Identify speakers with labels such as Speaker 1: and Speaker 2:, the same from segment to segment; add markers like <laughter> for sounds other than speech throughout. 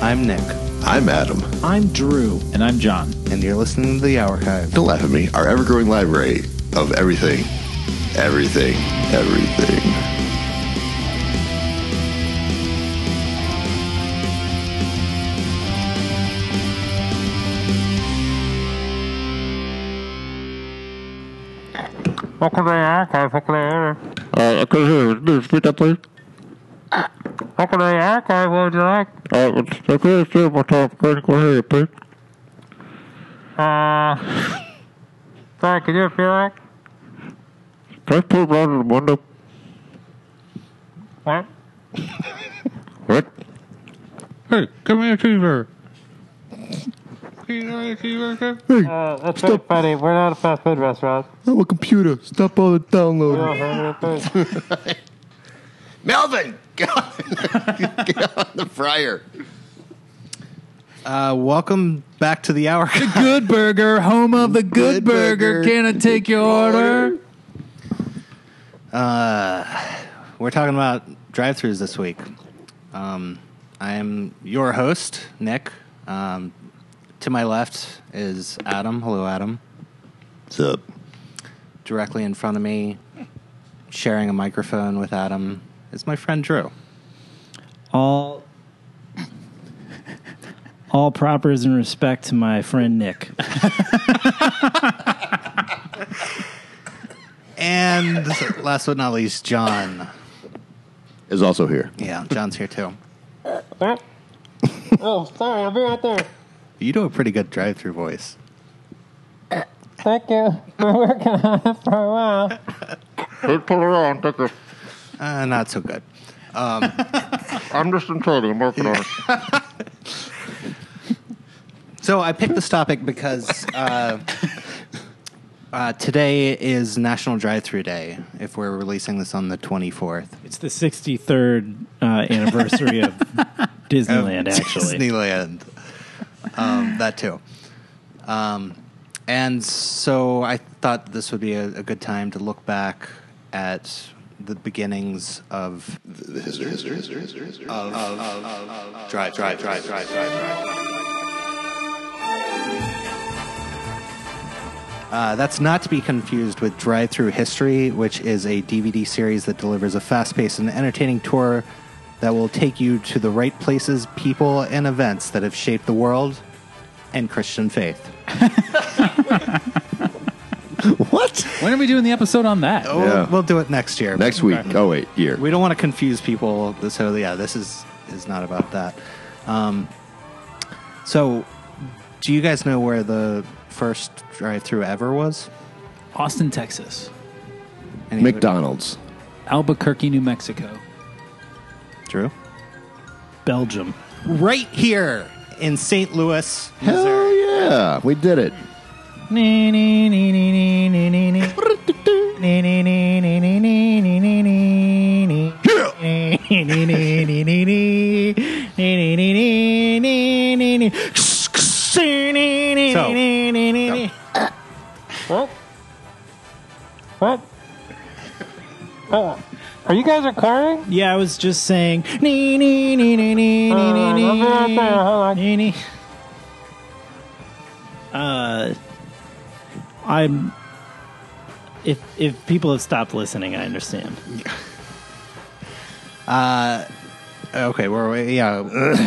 Speaker 1: I'm Nick.
Speaker 2: I'm Adam.
Speaker 3: I'm Drew.
Speaker 4: And I'm John.
Speaker 1: And you're listening to The Archive.
Speaker 2: Don't laugh at me. Our ever growing library of everything, everything, everything.
Speaker 5: Welcome to the archive. Welcome to the archive.
Speaker 6: Uh, I couldn't hear you. Can you repeat that, please?
Speaker 5: Welcome to the archive. What would you like?
Speaker 6: Uh, I couldn't hear you one time. Couldn't couldn't hear you, please.
Speaker 5: Uh, sorry, could you repeat that?
Speaker 6: Can you put it down in the window?
Speaker 5: What?
Speaker 6: What? Hey, give me a cheeseburger.
Speaker 5: Uh, that's very funny. We're not a fast food restaurant.
Speaker 6: I'm a computer. Stop all the
Speaker 5: We
Speaker 6: downloading.
Speaker 5: don't have any food.
Speaker 2: Melvin, get on, get on the fryer.
Speaker 1: Uh, welcome back to The Archive.
Speaker 3: Good Burger, home of the
Speaker 1: Good
Speaker 3: Good, burger.
Speaker 1: Burger.
Speaker 3: Can I take your order?
Speaker 1: Uh, We're talking about drive-throughs this week. Um, I am your host, Nick. Um, to my left is Adam. Hello, Adam.
Speaker 2: What's up?
Speaker 1: Directly in front of me, sharing a microphone with Adam, is my friend Drew.
Speaker 4: All all propers and respect to my friend Nick.
Speaker 1: And last but not least, John.
Speaker 2: Is also here.
Speaker 1: Yeah, John's here too.
Speaker 5: What? oh, sorry. I'll be right there.
Speaker 1: You do a pretty good drive-through voice.
Speaker 5: Thank you. We're working on it for a while.
Speaker 6: Please put it on. Thank you.
Speaker 1: Uh, not so good.
Speaker 6: I'm just intruding. I'm <laughs> working on it.
Speaker 1: So I picked this topic because uh, <laughs> uh, today is National Drive Through Day. If we're releasing this on the twenty fourth,
Speaker 4: It's the 63rd uh, anniversary <laughs> of
Speaker 1: <laughs>
Speaker 4: Disneyland, actually.
Speaker 1: Disneyland, um, that too. Um, and so I thought this would be a, a good time to look back at the beginnings of
Speaker 2: The history, history, history, history, history.
Speaker 1: drive, drive, drive, drive, drive, drive. Uh, that's not to be confused with Drive Through History, which is a DVD series that delivers a fast paced and entertaining tour that will take you to the right places, people, and events that have shaped the world and Christian faith. what?
Speaker 4: When are we doing the episode on that?
Speaker 1: Oh,
Speaker 2: Yeah.
Speaker 1: We'll do it next year.
Speaker 2: Next week. Oh, wait, year.
Speaker 1: We don't want to confuse people. So yeah, this is is not about that. Um, so, do you guys know where the first drive-through ever was?
Speaker 4: Austin, Texas.
Speaker 1: Any
Speaker 2: McDonald's.
Speaker 4: Albuquerque, New Mexico.
Speaker 1: Drew.
Speaker 4: Belgium.
Speaker 1: Right here in St. Louis,
Speaker 2: Hell yeah. We did it.
Speaker 5: What? What? Uh, are you guys recording?
Speaker 4: Yeah, I was just saying. Nee, nee, nee, nee, nee, nee, nee,
Speaker 5: Uh,
Speaker 4: nee,
Speaker 5: I'll be right there. Hold on.
Speaker 4: nee, nee. Uh, I'm. If if people have stopped listening, I understand.
Speaker 1: Okay, where we? Yeah,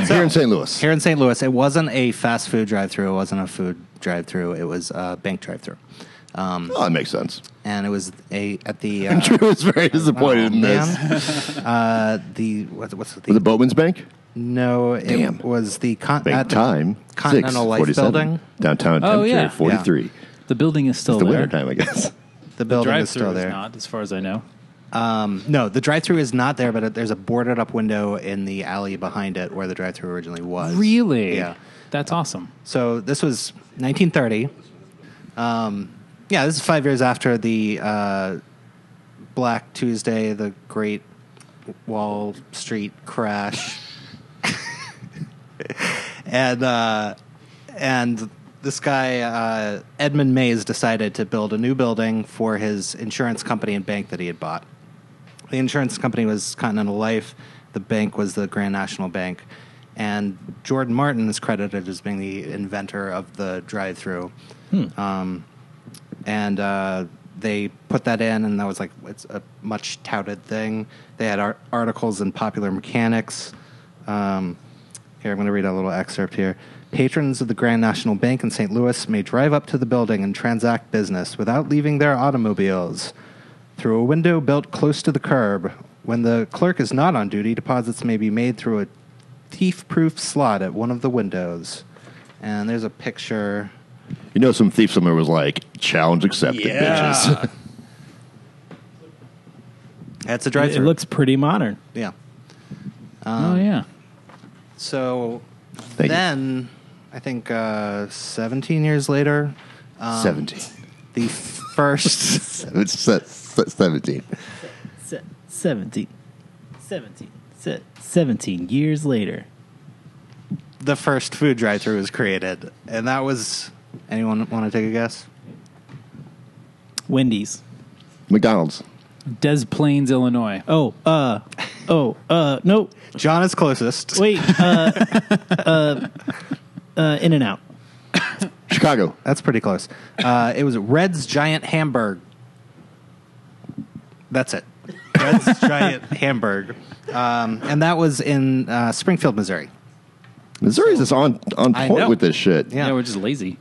Speaker 2: here in St. Louis.
Speaker 1: here in St. Louis, it wasn't a fast food drive-through. It wasn't a food drive-through. It was a bank drive-through, um,
Speaker 2: Oh, that makes sense.
Speaker 1: and it was a at the. Uh,
Speaker 2: <laughs> Drew was very disappointed in this.
Speaker 1: this. <laughs> uh, the what, what's the
Speaker 2: Was it Boatman's Bank?
Speaker 1: No, it
Speaker 2: Damn.
Speaker 1: was the con-
Speaker 2: Bank
Speaker 1: at the
Speaker 2: time.
Speaker 1: Continental Life
Speaker 2: 6:47.
Speaker 1: Building.
Speaker 2: Downtown
Speaker 4: Oh,
Speaker 2: temperature
Speaker 4: yeah.
Speaker 2: 43.
Speaker 4: The building is still
Speaker 2: The
Speaker 4: there.
Speaker 2: winter time, I guess. <laughs>
Speaker 1: The building is
Speaker 4: Drive-through
Speaker 1: still there.
Speaker 4: is not, as far as I know.
Speaker 1: no, the drive-through is not there, but it, there's a boarded-up window in the alley behind it where the drive-through originally was.
Speaker 4: Really?
Speaker 1: Yeah.
Speaker 4: That's awesome.
Speaker 1: So this was 1930. Um, yeah, this is five years after the uh, Black Tuesday, the Great Wall Street crash, <laughs> and uh, and this guy uh, Edmund Mays decided to build a new building for his insurance company and bank that he had bought. The insurance company was Continental Life. The bank was the Grand National Bank, and Jordan Martin is credited as being the inventor of the drive-through. Um, and uh, they put that in, and that was like it's a much touted thing. They had ar- articles in Popular Mechanics. Um, here, I'm going to read a little excerpt here. Patrons of the Grand National Bank in St. Louis may drive up to the building and transact business without leaving their automobiles. Through a window built close to the curb, when the clerk is not on duty, deposits may be made through a thief proof slot at one of the windows. And there's a picture.
Speaker 6: You know, some thief somewhere was like, challenge accepted, bitches.
Speaker 1: Uh-huh.
Speaker 6: <laughs>
Speaker 1: That's a
Speaker 7: It,
Speaker 1: drive through.
Speaker 7: looks pretty modern.
Speaker 1: Yeah.
Speaker 4: Um,
Speaker 3: oh yeah.
Speaker 1: So
Speaker 6: Thank you.
Speaker 1: then, I think uh, 17 years later, uh,
Speaker 6: 17.
Speaker 1: the
Speaker 6: <laughs>
Speaker 1: first.
Speaker 6: It's se- se- 17.
Speaker 7: Se- 17. 17. Se- 17 years later.
Speaker 1: the first food drive-through was created, and that was. Anyone want to take a guess?
Speaker 7: Wendy's.
Speaker 6: McDonald's.
Speaker 3: Des Plaines, Illinois.
Speaker 7: Oh, uh, oh, uh, no.
Speaker 1: John is closest.
Speaker 7: Wait, uh, <laughs> uh, uh, In and Out.
Speaker 6: Chicago.
Speaker 1: That's pretty close. Uh, it was Red's Giant Hamburg. That's it. Red's Giant Hamburg, um, and that was in uh, Springfield, Missouri.
Speaker 6: Missouri's just on, on
Speaker 1: I
Speaker 6: point
Speaker 1: know.
Speaker 6: with this shit.
Speaker 1: Yeah.
Speaker 3: Yeah, we're just
Speaker 4: <laughs>
Speaker 3: lazy.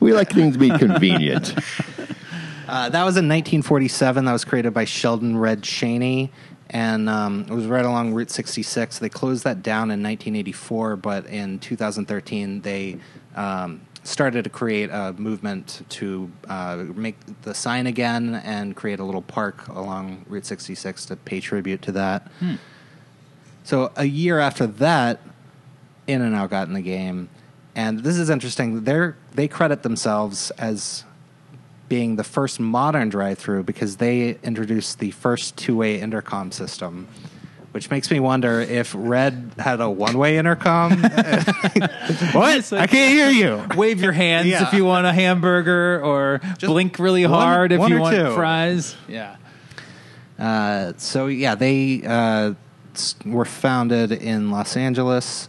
Speaker 6: We like
Speaker 1: <laughs>
Speaker 6: things to be convenient.
Speaker 1: Uh, that was in 1947. That was created by Sheldon Red Cheney, and um, it was right along Route 66. They closed that down in 1984, but in 2013 they um, started to create a movement to uh, make the sign again and create a little park along Route 66 to pay tribute to that. So a year after that, In and Out got in the game, and this is interesting. They they credit themselves as being the first modern drive-through because they introduced the first two-way intercom system, which makes me wonder if Red had a one-way intercom. what? I can't hear you.
Speaker 3: Wave your hands
Speaker 1: Yeah.
Speaker 3: if you want a hamburger, or blink really
Speaker 1: one-
Speaker 3: hard if
Speaker 1: one
Speaker 3: you
Speaker 1: or
Speaker 3: want
Speaker 1: two.
Speaker 3: fries. Yeah.
Speaker 1: Uh, so yeah, they uh, s- were founded in Los Angeles,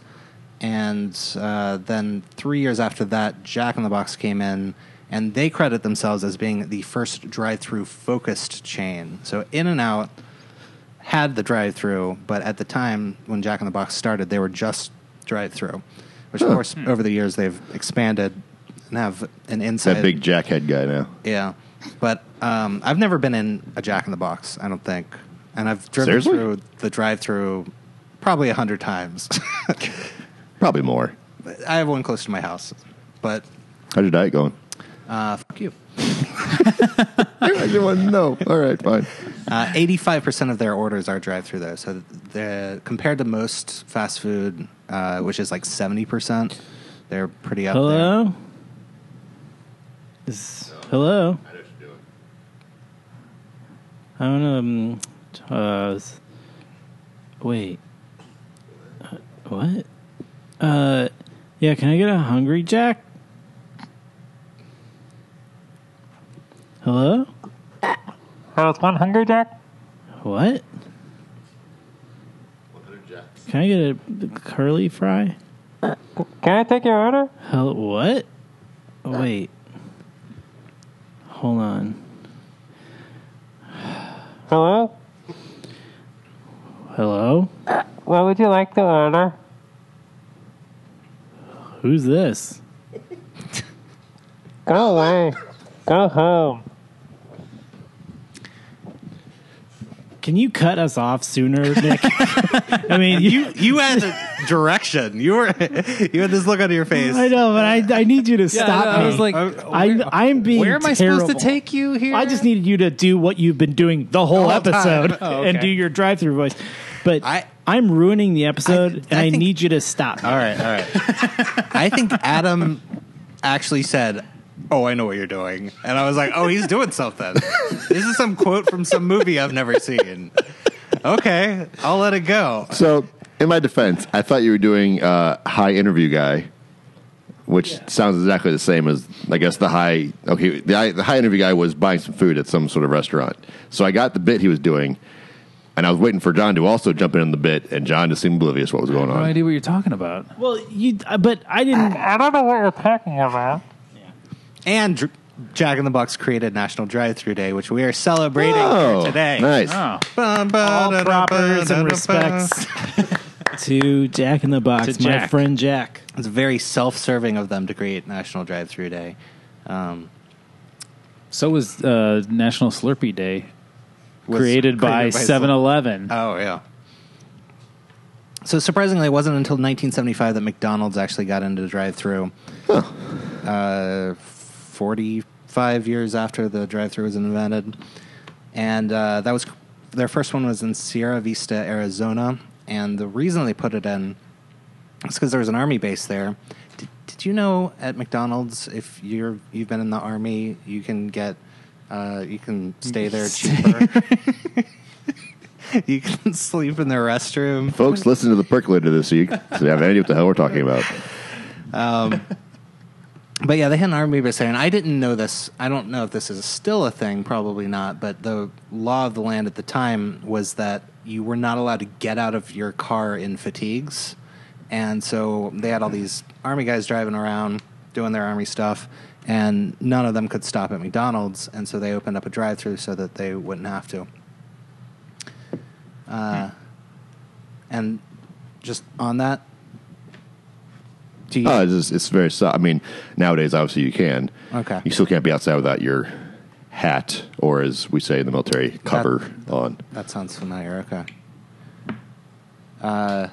Speaker 1: and uh, then three years after that, Jack in the Box came in, and they credit themselves as being the first drive-through focused chain. So In and Out had the drive-through, but at the time when Jack in the Box started, they were just drive-through. Which of course, over the years, they've expanded and have an inside
Speaker 6: That big jackhead guy now.
Speaker 1: yeah, but um, I've never been in a Jack in the Box. I don't think, and I've driven
Speaker 6: Seriously?
Speaker 1: through the drive-through probably a hundred times. <laughs>
Speaker 6: Probably more.
Speaker 1: I have one close to my house, but
Speaker 6: How's your diet going?
Speaker 1: uh, fuck
Speaker 2: <laughs>
Speaker 1: you.
Speaker 6: I just want to know. All right, fine.
Speaker 1: uh, Eighty-five percent of their orders are drive-through, though. So the compared to most fast food, uh, which is like seventy percent, they're pretty up there.
Speaker 7: Hello? Is, hello? I don't know. um, Uh, s- wait. Uh, What? Uh, yeah, can I get a Hungry Jack? Hello?
Speaker 5: There was one Hungry Jack.
Speaker 7: What? Can I get a curly fry?
Speaker 5: Can I take your order?
Speaker 7: Hell, what?
Speaker 3: Uh.
Speaker 7: Oh, wait. Hold on.
Speaker 5: Hello?
Speaker 7: Hello?
Speaker 5: What would you like to order?
Speaker 7: Who's this?
Speaker 5: Go away. Go home.
Speaker 7: Can you cut us off sooner,
Speaker 3: <laughs>
Speaker 7: Nick? I mean, you.
Speaker 1: You had direction. You were <laughs> you had this look on your face.
Speaker 7: I know, but I, I need you to stop
Speaker 3: I
Speaker 7: me.
Speaker 3: was like,
Speaker 7: I'm, I'm being.
Speaker 3: where am I supposed
Speaker 7: terrible.
Speaker 3: to take you here?
Speaker 7: I just needed you to do what you've been doing the whole
Speaker 1: time.
Speaker 7: episode
Speaker 3: Oh, okay.
Speaker 7: and do your drive-through voice. But
Speaker 1: I-
Speaker 7: I, I'm ruining the episode, and
Speaker 1: I
Speaker 7: I
Speaker 1: think-
Speaker 7: need you to stop.
Speaker 1: All right, all right. I think Adam actually said, "Oh, I know what you're doing," and I was like, "Oh, he's doing something." this is some quote from some movie I've never seen. Okay, I'll let it go.
Speaker 6: So, in my defense, I thought you were doing uh, high interview guy, which sounds exactly the same as I guess the high. Okay, the high, the high interview guy was buying some food at some sort of restaurant. So I got the bit he was doing. And I was waiting for John to also jump in on the bit, and John just seemed oblivious to what was going
Speaker 3: No
Speaker 6: on.
Speaker 3: idea what you're talking about.
Speaker 7: Well, you, uh, but I
Speaker 3: Ah.
Speaker 7: didn't.
Speaker 5: I don't know what you're talking about.
Speaker 1: And Dr- Jack in the Box created National Drive-Through Day, which we are celebrating
Speaker 6: Oh,
Speaker 1: here today.
Speaker 6: nice.
Speaker 3: Oh,
Speaker 7: All propers and respects to Jack in the Box,
Speaker 3: To
Speaker 7: my
Speaker 3: Jack.
Speaker 7: friend Jack.
Speaker 1: It's very self-serving of them to create National Drive-Through Day. Um,
Speaker 3: so was uh, National Slurpee Day,
Speaker 1: was
Speaker 3: created, by
Speaker 1: Sl-
Speaker 3: 7 Eleven.
Speaker 1: Oh yeah. So surprisingly, it wasn't until 1975 that McDonald's actually got into drive-through. Uh, 45 years after the drive-through was invented, and uh, that was their first one was in Sierra Vista, Arizona. And the reason they put it in is because there was an army base there. Did, did you know at McDonald's, if you're you've been in the army, you can get uh, you can stay there cheaper. <laughs> You can <laughs> sleep in the restroom.
Speaker 6: Folks, listen to the percolator this week so you have any idea what the hell we're talking about.
Speaker 1: But yeah, they had an army base there, and I didn't know this. I don't know if this is still a thing. Probably not. But the law of the land at the time was that you were not allowed to get out of your car in fatigues, and so they had all these army guys driving around doing their army stuff, and none of them could stop at McDonald's, and so they opened up a drive-through so that they wouldn't have to. Uh, and just on that, do you?
Speaker 6: Oh, it's, just, it's very so I mean, nowadays, obviously, you can.
Speaker 1: Okay.
Speaker 6: You still can't be outside without your hat, or as we say in the military, cover on.
Speaker 1: That sounds familiar. Okay. Uh,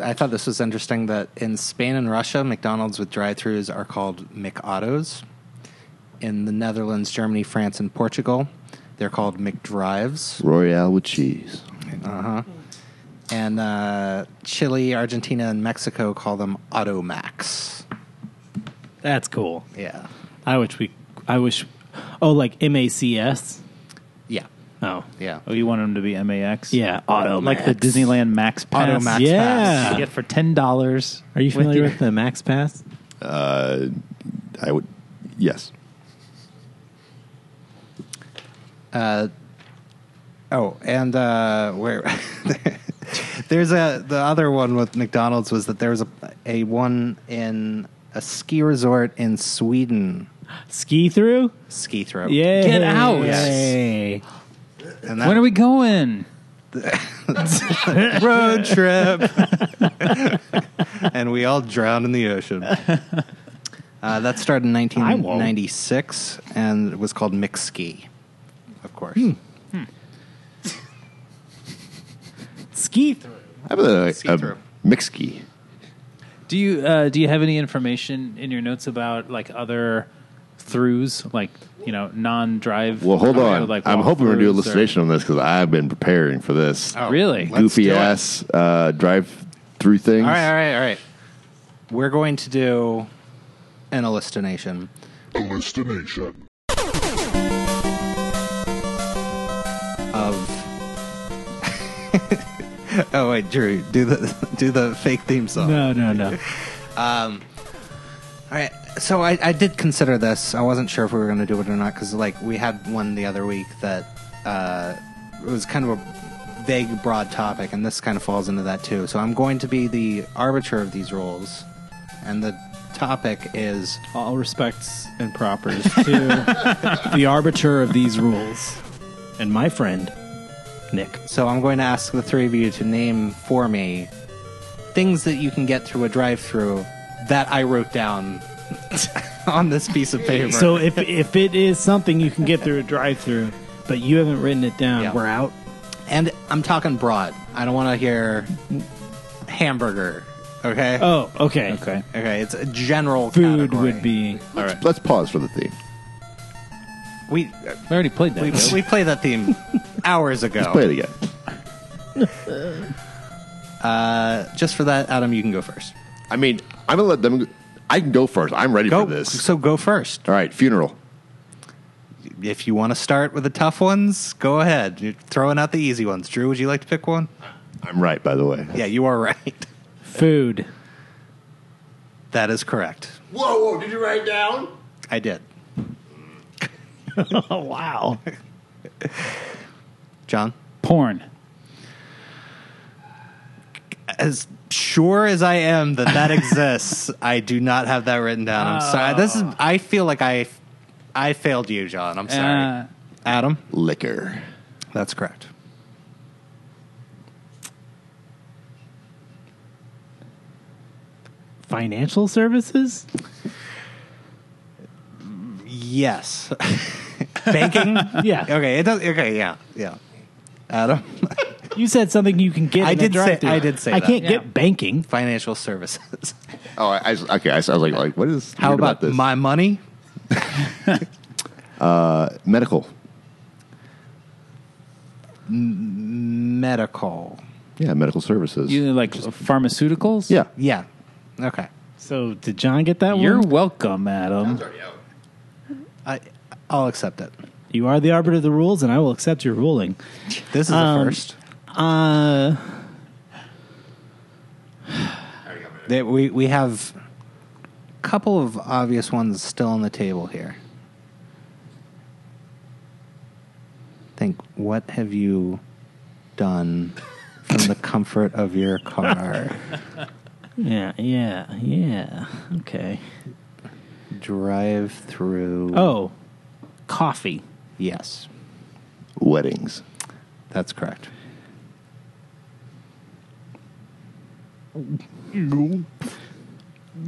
Speaker 1: I thought this was interesting that in Spain and Russia, McDonald's with drive-throughs are called McAutos. In the Netherlands, Germany, France, and Portugal, they're called McDrives.
Speaker 6: Royale with cheese.
Speaker 1: And uh, Chile, Argentina, and Mexico call them Automax.
Speaker 7: That's cool.
Speaker 1: Yeah.
Speaker 7: I wish we. I wish. Oh, like M A C S.
Speaker 1: Yeah.
Speaker 7: Oh,
Speaker 1: Yeah.
Speaker 3: Oh, you want them to be MAX?
Speaker 7: yeah. Auto
Speaker 3: Like the Disneyland Max Pass.
Speaker 1: Auto Max
Speaker 7: Yeah.
Speaker 1: Pass.
Speaker 3: You get for $10.
Speaker 7: Are you familiar
Speaker 3: your-
Speaker 7: with the Max Pass?
Speaker 6: Uh, I would, yes.
Speaker 1: Oh, and uh, where <laughs> there's a the other one with McDonald's was that there was a a one in a ski resort in Sweden,
Speaker 7: Ski through?
Speaker 1: ski throw.
Speaker 7: Yeah.
Speaker 3: Get out.
Speaker 7: Yay.
Speaker 1: and that
Speaker 3: When are we going? <laughs>
Speaker 1: road trip, <laughs> and we all drowned in the
Speaker 3: <laughs>
Speaker 1: ocean. Uh, that started in 1996 and it was called McSki, of course.
Speaker 3: Hmm.
Speaker 7: Ski through.
Speaker 6: I have a,
Speaker 1: See-through.
Speaker 6: a mixkey.
Speaker 3: Do you uh, do you have any information in your notes about like other throughs, like you know, non-drive?
Speaker 6: Well, hold
Speaker 3: uh,
Speaker 6: on.
Speaker 3: like,
Speaker 6: I'm
Speaker 3: walk
Speaker 6: hoping we're going
Speaker 3: throughs
Speaker 6: to do a
Speaker 3: or-
Speaker 6: elucidation on this because I've been preparing for
Speaker 3: <laughs>
Speaker 6: this
Speaker 1: Oh,
Speaker 3: Really?
Speaker 1: let's
Speaker 6: goofy
Speaker 1: do it.
Speaker 6: ass uh, drive through things.
Speaker 1: All right, all right, all right. We're going to do an hallucination.
Speaker 8: Hallucination.
Speaker 1: of. <laughs> oh wait, Drew, do the do the fake theme song.
Speaker 7: No, no, no.
Speaker 1: All right, so I, I did consider this. I wasn't sure if we were going to do it or not because like we had one the other week that uh, it was kind of a vague, broad topic, and this kind of falls into that too. So I'm going to be the arbiter of these rules, and the topic is
Speaker 7: All respects and propers to <laughs> the arbiter of these rules and my friend, Nick.
Speaker 1: So I'm going to ask the three of you to name for me things that you can get through a drive-through that I wrote down <laughs> on this piece of paper.
Speaker 7: So if, if it is something you can get through a drive through, but you haven't written it down,
Speaker 1: Yeah.
Speaker 7: we're out.
Speaker 1: and I'm talking broad. I don't want to hear hamburger. Okay.
Speaker 7: Oh, okay.
Speaker 3: Okay.
Speaker 1: Okay. It's a general
Speaker 7: Food
Speaker 1: category.
Speaker 7: would be.
Speaker 6: All right. Let's pause for the theme.
Speaker 1: we
Speaker 3: We already played that.
Speaker 1: we
Speaker 3: though.
Speaker 1: we played that
Speaker 7: <laughs>
Speaker 1: theme hours ago.
Speaker 6: Play it again.
Speaker 1: Just for that, Adam, you can go first.
Speaker 6: I mean, I'm going to let them. I can go first. I'm ready
Speaker 1: Go.
Speaker 6: for this.
Speaker 1: So go first.
Speaker 6: All right. Funeral.
Speaker 1: If you want to start with the tough ones, go ahead. You're throwing out the easy ones. Drew, would you like to pick one?
Speaker 6: I'm right, by the way.
Speaker 1: Yeah, you are right.
Speaker 7: Food.
Speaker 1: That is correct.
Speaker 6: Whoa, whoa. Did you write down?
Speaker 1: I <laughs> did.
Speaker 7: Oh, wow.
Speaker 1: John?
Speaker 3: porn?
Speaker 1: As sure as I am that that exists, <laughs> I do not have that written down. I'm sorry. This is. I feel like I, I failed you, John. I'm sorry,
Speaker 3: Uh,
Speaker 1: Adam.
Speaker 6: Liquor.
Speaker 1: That's correct.
Speaker 7: Financial services?
Speaker 1: Yes. <laughs> Banking.
Speaker 7: <laughs> Yeah.
Speaker 1: Okay. It does. Okay. Yeah. Yeah. Adam. <laughs>
Speaker 7: You said something you can get.
Speaker 1: I
Speaker 7: in a
Speaker 1: did say-
Speaker 7: drive-thru.
Speaker 1: I did say
Speaker 7: I
Speaker 1: that.
Speaker 7: can't
Speaker 3: Yeah.
Speaker 7: get banking.
Speaker 1: Financial services.
Speaker 6: Oh, I, I okay. I, was like, like, what is?
Speaker 1: How <laughs>
Speaker 6: weird
Speaker 1: about,
Speaker 6: this?
Speaker 1: my money?
Speaker 6: medical?
Speaker 1: Medical.
Speaker 6: Yeah, medical services.
Speaker 3: You like pharmaceuticals?
Speaker 6: yeah,
Speaker 1: Yeah. Okay.
Speaker 7: So did John get that
Speaker 3: You're
Speaker 7: one?
Speaker 3: welcome, Adam.
Speaker 1: I I'll accept it.
Speaker 7: You are the arbiter of the rules, and I will accept your ruling.
Speaker 1: This is the
Speaker 7: Um,
Speaker 1: first.
Speaker 7: Uh,
Speaker 1: That we we have a couple of obvious ones still on the table here. Think, what have you done from the comfort of your
Speaker 7: <laughs>
Speaker 1: car?
Speaker 7: yeah, yeah, yeah. Okay.
Speaker 1: Drive through.
Speaker 7: Oh, coffee.
Speaker 1: yes,
Speaker 6: weddings.
Speaker 1: that's correct.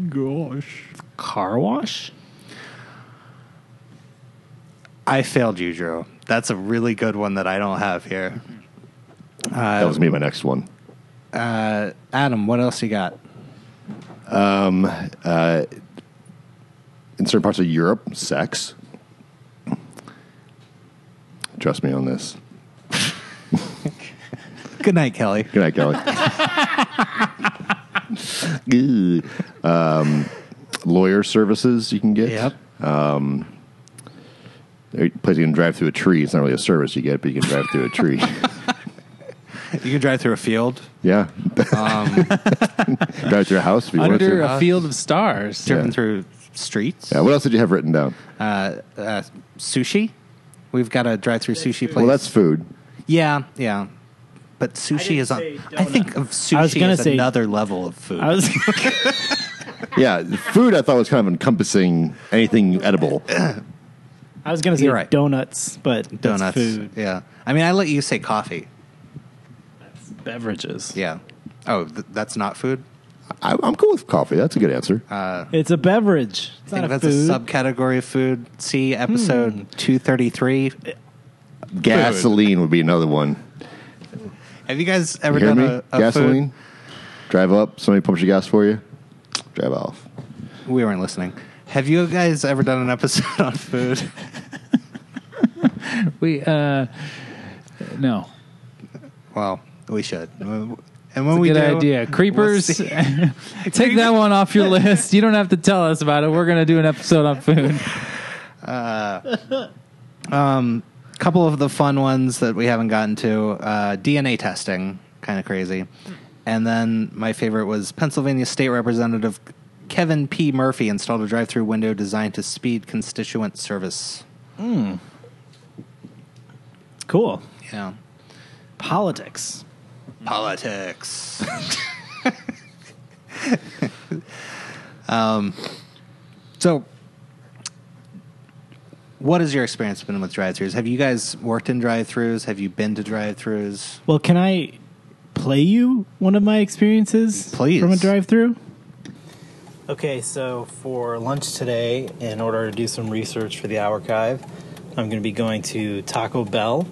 Speaker 7: Gosh. Car wash.
Speaker 1: I failed you, Drew. That's a really good one that I don't have here.
Speaker 6: that was me. My next one.
Speaker 1: Adam, what else you got?
Speaker 6: In certain parts of Europe, sex. Trust me on this.
Speaker 1: Good night, Kelly.
Speaker 6: Good night, Kelly. Good. Um, lawyer services you can get.
Speaker 1: Yep.
Speaker 6: There- Place you can drive through a tree. It's not really a service you get, but you can drive through a
Speaker 1: <laughs>
Speaker 6: tree. <laughs>
Speaker 1: You can drive through a field.
Speaker 6: yeah.
Speaker 1: Um,
Speaker 6: <laughs> drive through a house if you want
Speaker 3: Under
Speaker 6: to.
Speaker 1: uh,
Speaker 3: a field of stars.
Speaker 1: driven through streets.
Speaker 6: yeah. What else did you have written down?
Speaker 1: Uh, sushi. We've got a drive-through sushi place.
Speaker 6: Well, that's food.
Speaker 1: yeah, yeah. But sushi is on. I think of sushi
Speaker 7: I was gonna
Speaker 1: as
Speaker 7: say-
Speaker 1: another level of food.
Speaker 7: I was. <laughs>
Speaker 6: Yeah, food I thought was kind of encompassing anything edible.
Speaker 7: I was gonna say
Speaker 1: You're right.
Speaker 7: donuts, but that's
Speaker 1: Donuts.
Speaker 7: food
Speaker 1: Yeah. I mean, I let you say coffee.
Speaker 7: beverages.
Speaker 1: Yeah. Oh, th- that's not food.
Speaker 6: I, I'm cool with coffee. That's a good answer.
Speaker 1: Uh,
Speaker 7: It's a beverage. It's
Speaker 1: I
Speaker 7: not
Speaker 1: think
Speaker 7: a
Speaker 1: that's
Speaker 7: food. Hmm.
Speaker 1: a subcategory of food. See episode two thirty-three.
Speaker 6: Gasoline would be another one.
Speaker 1: Have you guys ever
Speaker 6: You hear
Speaker 1: done
Speaker 6: me?
Speaker 1: a, a
Speaker 6: Gasoline. Drive up. Somebody pumps your gas for you. Drive off.
Speaker 1: food? We weren't listening. Have you guys ever done an episode <laughs> on food?
Speaker 3: We uh, no.
Speaker 1: Well, we
Speaker 3: <laughs>
Speaker 1: should. And when
Speaker 3: It's a
Speaker 1: we
Speaker 3: good
Speaker 1: do,
Speaker 3: idea. Creepers, <laughs>
Speaker 1: see.
Speaker 3: take that one off your list. You don't have to tell us about it. We're gonna do an episode on food.
Speaker 1: couple of the fun ones that we haven't gotten to uh, DNA testing, kind of crazy. And then my favorite was Pennsylvania State Representative Kevin P. Murphy installed a drive through window designed to speed constituent service.
Speaker 7: cool.
Speaker 1: Yeah.
Speaker 7: Politics.
Speaker 1: Politics. um, Um, so, what has your experience been with drive throughs? Have you guys worked in drive throughs? Have you been to drive throughs?
Speaker 7: Well, can I play you one of my experiences
Speaker 1: Please.
Speaker 7: from a drive-through? Okay, so for lunch today, in order to do some research for the archive, I'm going to be going to Taco Bell.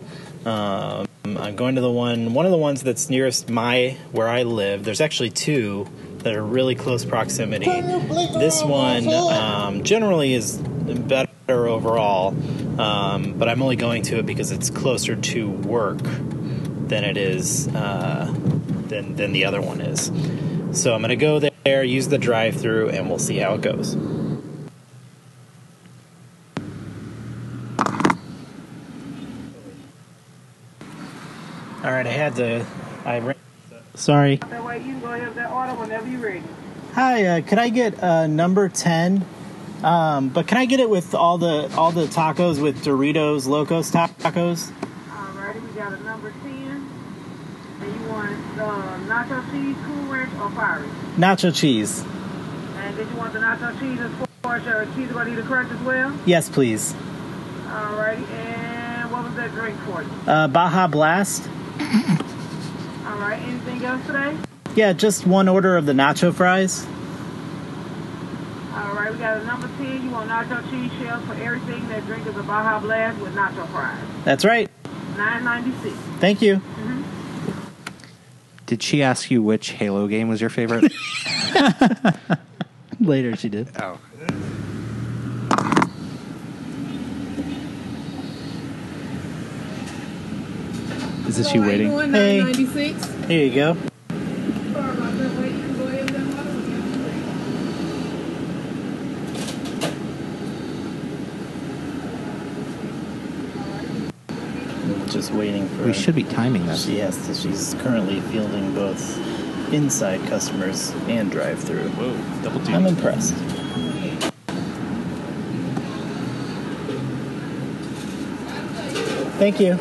Speaker 7: Um, I'm going to the one, one of the ones that's nearest my where I live. There's actually two that are really close proximity. This one um, generally is better overall, um, but I'm only going to it because it's closer to work than it is uh, than than the other one is. So I'm gonna go there, use the drive-through, and we'll see how it goes. All right, I had to. I ran. Sorry.
Speaker 9: That way you can go ahead with that order whenever you're ready.
Speaker 7: Hi, uh, could I get uh, number ten? Um, but can I get it with all the all the tacos with Doritos Locos tacos?
Speaker 9: Alrighty, we got a number 10. uh, nacho cheese, cool ranch, or fiery?
Speaker 7: Nacho cheese.
Speaker 9: And did you want the nacho cheese as far as your cheese gordita crunch as well?
Speaker 7: Yes, please.
Speaker 9: Alrighty, and what was that drink for you?
Speaker 7: Uh, Baja Blast.
Speaker 9: Alright, anything else today?
Speaker 7: Yeah, just one order of the nacho fries.
Speaker 9: Alright, we got a number 10. You want nacho cheese shells for everything. That drink is a Baja Blast with nacho fries.
Speaker 7: That's right.
Speaker 9: 996.
Speaker 7: Thank you.
Speaker 1: Did she ask you which Halo game was your favorite?
Speaker 10: Later, she did.
Speaker 3: Is this you waiting?
Speaker 7: Hey.
Speaker 4: Hey.
Speaker 7: Here you go. Just waiting
Speaker 1: <laughs>
Speaker 7: for.
Speaker 1: we should be timing this.
Speaker 7: Yes, she's currently fielding both inside customers and drive-through.
Speaker 3: Whoa, double
Speaker 7: I'm
Speaker 3: duty.
Speaker 7: impressed. Thank you.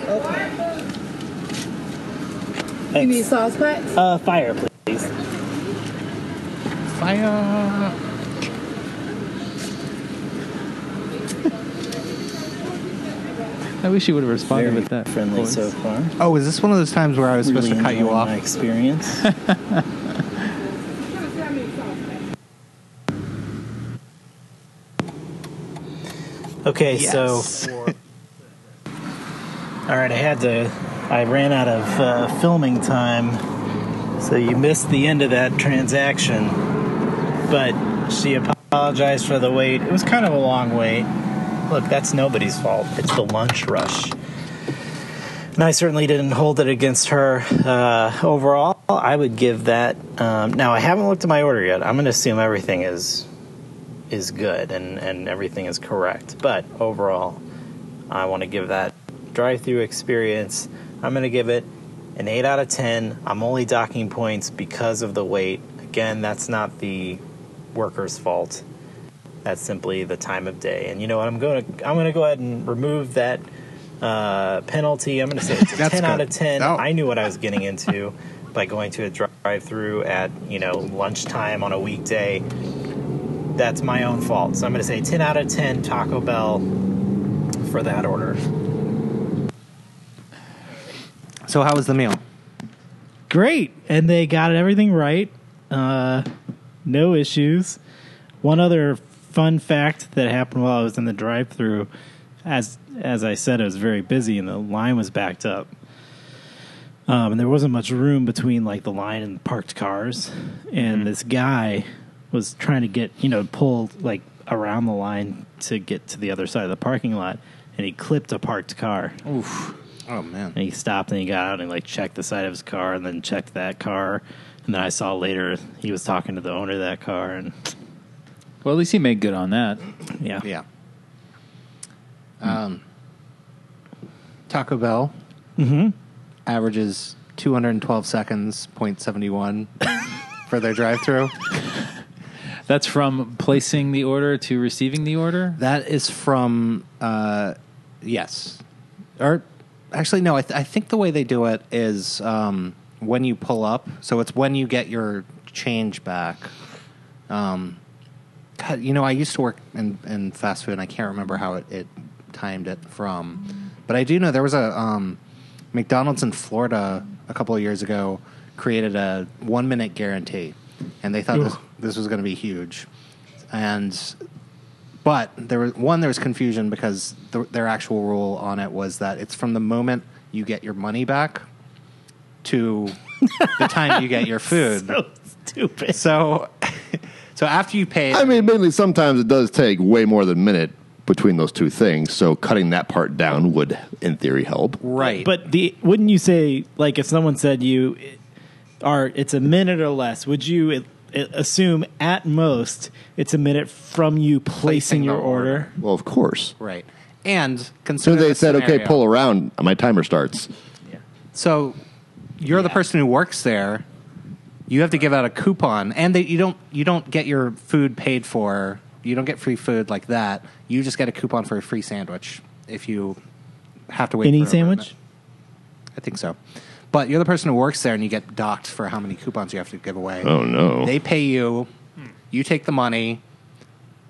Speaker 4: You need
Speaker 7: Thanks.
Speaker 4: sauce packs?
Speaker 7: Uh, fire, please.
Speaker 3: Fire. I wish you would have responded
Speaker 7: Very
Speaker 3: with that.
Speaker 7: friendly
Speaker 3: voice.
Speaker 7: so far.
Speaker 1: Oh, is this one of those times where I was supposed to
Speaker 7: Really
Speaker 1: cut you
Speaker 7: enjoying
Speaker 1: off?
Speaker 7: My
Speaker 1: <laughs>
Speaker 7: experience. okay, so. All right, I had to. I ran out of uh, filming time, so you missed the end of that transaction. But she apologized for the wait. It was kind of a long wait. Look, that's nobody's fault. It's the lunch rush. And I certainly didn't hold it against her. Uh, overall, I would give that. Um, now, I haven't looked at my order yet. I'm going to assume everything is is good and and everything is correct. But overall, I want to give that drive-through experience. I'm going to give it an eight out of ten. I'm only docking points because of the wait. Again, that's not the worker's fault. That's simply the time of day. And you know what? I'm going to I'm going to go ahead and remove that uh, penalty. I'm going to say
Speaker 1: <laughs>
Speaker 7: it's a
Speaker 1: That's
Speaker 7: ten out
Speaker 1: good.
Speaker 7: of ten.
Speaker 1: No.
Speaker 7: I knew what I was getting into <laughs> by going to a drive-through at you know lunchtime on a weekday. That's my own fault. So I'm going to say 10 out of 10 Taco Bell for that order.
Speaker 1: So, how was the meal?
Speaker 10: Great.
Speaker 7: and they got everything right. Uh, no issues. One other fun fact that happened while I was in the drive-through, as as I said, it was very busy and the line was backed up, um, and there wasn't much room between like the line and parked cars. And this guy was trying to get you know pull like around the line to get to the other side of the parking lot, and he clipped a parked car.
Speaker 1: Oh man,
Speaker 7: And he stopped and he got out and like checked the side of his car and then checked that car. And then I saw later he was talking to the owner of that car and <sniffs>
Speaker 3: Well, at least he made good on that.
Speaker 7: yeah.
Speaker 1: yeah. Um, Taco Bell averages 212 seconds, 0.71 for their drive-through.
Speaker 3: That's from placing the order to receiving the order.
Speaker 1: That is from uh, yes, or actually no. I, th- I think the way they do it is um, when you pull up. So it's when you get your change back. Um, God, you know, I used to work in, in fast food, and I can't remember how it, it timed it from, but I do know there was a um, McDonald's in Florida a couple of years ago created a one minute guarantee, and they thought this, this was going to be huge, and but there was one. There was confusion because the, their actual rule on it was that it's from the moment you get your money back to the time you get your food. so,
Speaker 7: <laughs> Stupid.
Speaker 1: so <laughs> after you pay,
Speaker 6: I mean, admittedly, sometimes it does take way more than a minute between those two things, so cutting that part down would, in theory, help.
Speaker 1: right?
Speaker 10: But the wouldn't you say like if someone said you are it's a minute or less, would you it, it, assume at most it's a minute from you placing,
Speaker 1: Placing the
Speaker 10: your order?
Speaker 1: order.
Speaker 6: Well, of course.
Speaker 1: right, and
Speaker 6: So
Speaker 1: consider
Speaker 6: they
Speaker 1: this
Speaker 6: said, okay,
Speaker 1: scenario.
Speaker 6: pull around, my timer starts.
Speaker 1: So you're the person who works there. You have to give out a coupon, and they, you don't you don't get your food paid for. You don't get free food like that. You just get a coupon for a free sandwich if you have to wait.
Speaker 10: Any
Speaker 1: for over a minute.
Speaker 10: sandwich?
Speaker 1: I think so. But you're the person who works there, and you get docked for how many coupons you have to give away.
Speaker 2: Oh, no.
Speaker 1: They pay you. You take the money.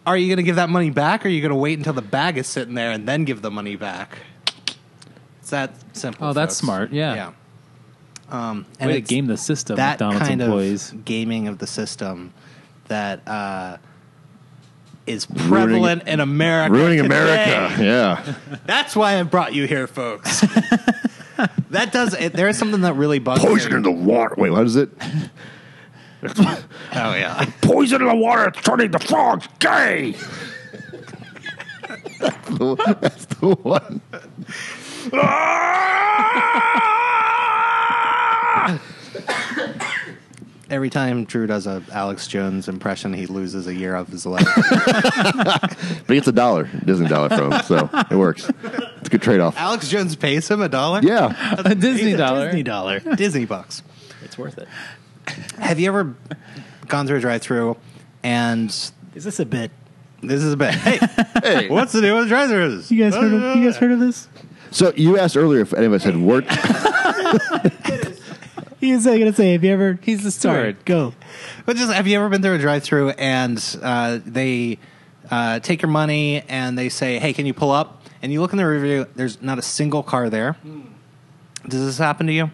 Speaker 1: Are you going to give that money back, or are you going to wait until the bag is sitting there and then give the money back? It's that simple.
Speaker 3: Oh, that's
Speaker 1: folks.
Speaker 3: smart. Yeah.
Speaker 1: Yeah. Um,
Speaker 3: Way to
Speaker 1: it's
Speaker 3: game the system,
Speaker 1: That
Speaker 3: McDonald's
Speaker 1: kind
Speaker 3: employees.
Speaker 1: of gaming of the system that uh, is
Speaker 2: Ruining-
Speaker 1: prevalent in America.
Speaker 2: Ruining
Speaker 1: today.
Speaker 2: America. Yeah.
Speaker 1: That's why I brought you here,
Speaker 2: <laughs>
Speaker 1: folks. that does. It, there is something that really bugs
Speaker 2: Poison
Speaker 1: me.
Speaker 2: in the water. Wait, what is it?
Speaker 1: Oh
Speaker 2: <laughs>
Speaker 1: yeah.
Speaker 2: Poison in the water. It's turning the frogs gay. that's, the, that's the one.
Speaker 1: Every time Drew does a Alex Jones impression, he loses a year of his
Speaker 2: <laughs>
Speaker 1: life.
Speaker 2: But he gets a dollar, Disney dollar from him, so it works. It's a good trade off.
Speaker 1: Alex Jones pays him a dollar.
Speaker 2: Yeah.
Speaker 3: A Disney dollar.
Speaker 7: Disney dollar.
Speaker 1: Disney bucks.
Speaker 7: It's worth it.
Speaker 1: Have you ever gone through a drive-through and
Speaker 7: Is this a bit?
Speaker 1: this is a bit? Hey,
Speaker 2: <laughs> Hey,
Speaker 1: what's the deal with drive-throughs?
Speaker 7: You guys heard of? You guys heard of this?
Speaker 2: so you asked earlier if any of us had worked.
Speaker 7: He
Speaker 10: uh,
Speaker 7: was gonna say, "Have you ever?"
Speaker 3: He's the
Speaker 7: Sorry,
Speaker 3: steward.
Speaker 7: go.
Speaker 1: But just have you ever been through a drive-through and uh, they uh, take your money and they say, "Hey, can you pull up?" And you look in the review. There's not a single car there.
Speaker 3: Hmm.
Speaker 1: Does this happen to you?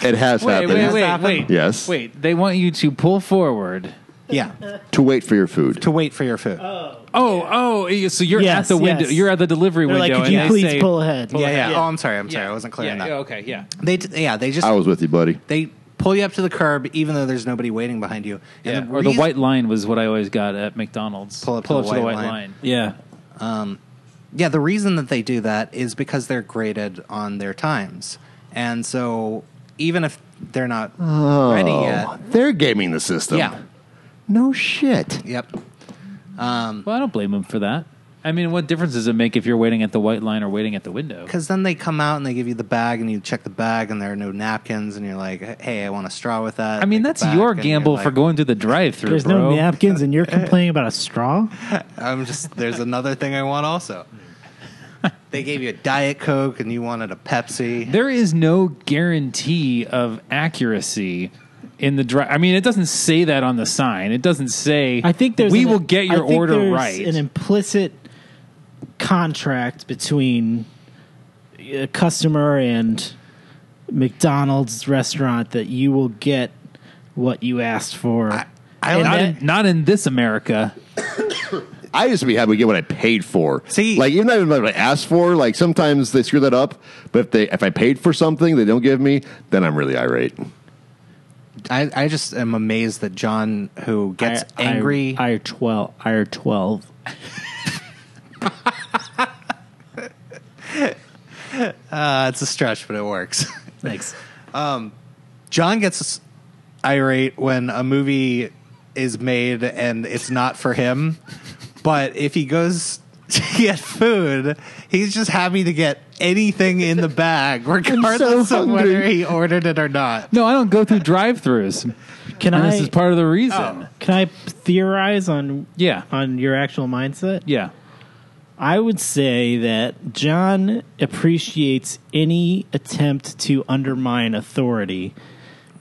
Speaker 2: It has
Speaker 3: Wait,
Speaker 2: happened.
Speaker 3: wait, wait,
Speaker 1: happened.
Speaker 3: wait.
Speaker 2: Yes.
Speaker 3: Wait, they want you to pull forward. <laughs>
Speaker 1: Yeah,
Speaker 2: To wait for your food.
Speaker 1: to wait for your food.
Speaker 3: Oh, oh, eh, so you're
Speaker 7: Yes,
Speaker 3: at the window.
Speaker 7: yes.
Speaker 3: You're at the delivery
Speaker 7: They're like,
Speaker 3: window. and
Speaker 7: "Could you
Speaker 3: they
Speaker 7: please
Speaker 3: say,
Speaker 7: pull ahead?"
Speaker 1: yeah, yeah, Oh, I'm sorry. I'm sorry. I wasn't clear
Speaker 3: yeah,
Speaker 1: on that.
Speaker 3: yeah, Okay, yeah.
Speaker 1: They, t- yeah, they just
Speaker 3: Oh.
Speaker 2: I was with you, buddy.
Speaker 1: they pull you up to the curb even though there's nobody waiting behind you. And
Speaker 3: Yeah, or the
Speaker 1: reason-
Speaker 3: white line was what I always got at McDonald's.
Speaker 1: Pull up to the white line.
Speaker 3: Yeah.
Speaker 1: Yeah, the reason that they do that is because they're graded on their times, and so even if they're not ready yet,
Speaker 2: Oh, they're gaming the system.
Speaker 1: yeah,
Speaker 2: No shit.
Speaker 1: yep.
Speaker 3: Well, I don't blame them for that. I mean, what difference does it make if you're waiting at the white line or waiting at the window?
Speaker 1: Because then they come out and they give you the bag, and you check the bag, and there are no napkins, and you're like, "Hey, I want a straw with that."
Speaker 3: I mean,
Speaker 1: Take the
Speaker 3: that's
Speaker 1: back,
Speaker 3: your
Speaker 1: and you're
Speaker 3: gamble
Speaker 1: like,
Speaker 3: for going through the drive-through,
Speaker 7: There's
Speaker 3: bro.
Speaker 7: no napkins,
Speaker 3: <laughs>
Speaker 7: and you're complaining about a straw.
Speaker 1: I'm just there's another thing I want
Speaker 3: <laughs>
Speaker 1: also. they gave you a diet coke, and you wanted a Pepsi.
Speaker 3: There is no guarantee of accuracy in the drive. I mean, it doesn't say that on the sign. It doesn't say.
Speaker 7: I think there's
Speaker 3: we
Speaker 7: an-
Speaker 3: will get your
Speaker 7: I think
Speaker 3: order
Speaker 7: there's
Speaker 3: right.
Speaker 7: An implicit contract between a customer and McDonald's restaurant that you will get what you asked for.
Speaker 1: I
Speaker 7: And
Speaker 1: like
Speaker 3: not,
Speaker 7: that-
Speaker 3: in, not in this America.
Speaker 2: I used to be happy to get what I paid for.
Speaker 1: See-
Speaker 2: like even not even what I asked for. Like sometimes they screw that up. But if they if I paid for something they don't give me, then I'm really irate.
Speaker 1: I, I just am amazed that John, who gets
Speaker 7: I- I-
Speaker 1: angry,
Speaker 7: I, twelve. I twelve.
Speaker 1: uh, it's a stretch, but it works. <laughs>
Speaker 7: Thanks.
Speaker 1: John gets irate when a movie is made and it's not for him. But if he goes <laughs> to get food, he's just happy to get anything in the bag, regardless of
Speaker 2: hungry.
Speaker 1: whether he ordered it or not.
Speaker 3: No, I don't go through drive-throughs.
Speaker 7: Can
Speaker 3: And
Speaker 7: I?
Speaker 3: this is part of the reason.
Speaker 7: can I theorize on
Speaker 3: Yeah.
Speaker 7: on your actual mindset?
Speaker 3: Yeah.
Speaker 7: I would say that John appreciates any attempt to undermine authority.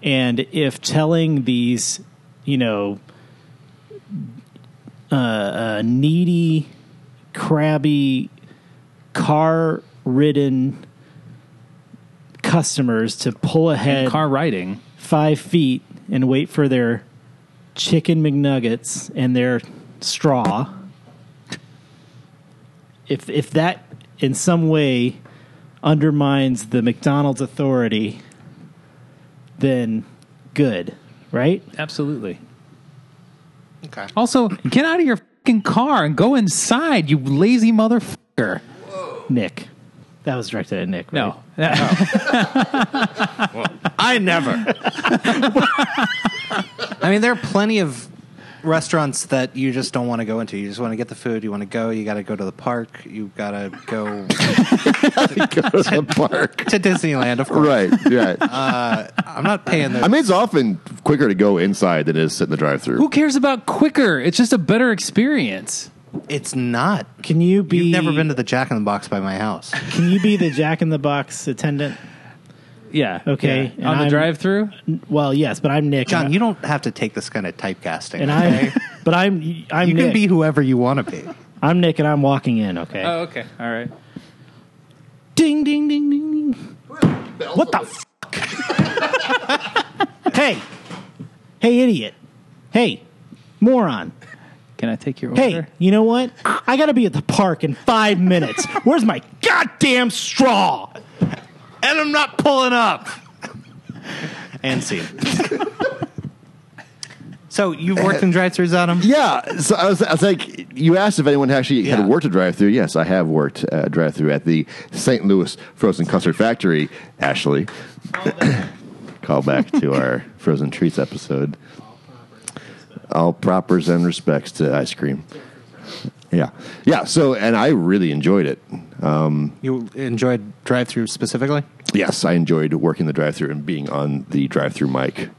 Speaker 7: And if telling these, you know, uh, uh, needy, crabby, car ridden customers to pull ahead
Speaker 3: Car riding.
Speaker 7: five feet and wait for their chicken McNuggets and their straw. If if that in some way undermines the McDonald's authority, then good, right?
Speaker 3: Absolutely.
Speaker 1: Okay.
Speaker 3: Also, get out of your fucking car and go inside, you lazy motherfucker.
Speaker 7: Nick, that was directed at Nick.
Speaker 3: No.
Speaker 7: right?
Speaker 3: No.
Speaker 1: I never. I mean, there are plenty of restaurants that you just don't want to go into. You just want to get the food. You want to go. You got to go to the park. You got to <laughs> go
Speaker 2: go to the park.
Speaker 1: to Disneyland, of course.
Speaker 2: Right. Yeah.
Speaker 1: I'm not paying those.
Speaker 2: I mean, it's often quicker to go inside than it is sit in the drive-through.
Speaker 3: Who cares about quicker? It's just a better experience.
Speaker 1: it's not.
Speaker 7: Can you be?
Speaker 1: You've never been to the Jack in the Box by my house.
Speaker 7: Can you be the Jack in the Box attendant?
Speaker 3: Yeah.
Speaker 7: Okay.
Speaker 3: yeah.
Speaker 7: and
Speaker 3: On the
Speaker 7: I'm-
Speaker 3: drive-through.
Speaker 7: Well, yes, but I'm Nick.
Speaker 1: John,
Speaker 7: and
Speaker 1: you don't have to take this kind of typecasting.
Speaker 7: and I, but I'm I'm
Speaker 1: you
Speaker 7: Nick.
Speaker 1: can be whoever you want to be.
Speaker 7: I'm Nick, and I'm walking in. Okay.
Speaker 3: Oh, okay. All right.
Speaker 7: ding ding ding ding ding. What the fuck? hey, hey, idiot! Hey, moron!
Speaker 3: Can I take your order?
Speaker 7: Hey, you know what? I gotta be at the park in five minutes. Where's my goddamn straw?
Speaker 1: And I'm not pulling up. and scene. so you've worked in drive-throughs, Adam?
Speaker 2: Yeah, so I was, I was like, you asked if anyone actually
Speaker 1: Yeah.
Speaker 2: had worked a drive-through. Yes, I have worked a drive-through at the St. Louis Frozen Custard Factory. Ashley, call back
Speaker 3: <laughs>
Speaker 6: <laughs>
Speaker 2: to our frozen treats episode. All propers and respects to ice cream. Yeah, yeah. So, and I really enjoyed it.
Speaker 1: You enjoyed drive-through specifically?
Speaker 2: Yes, I enjoyed working the drive-through and being on the drive-through mic.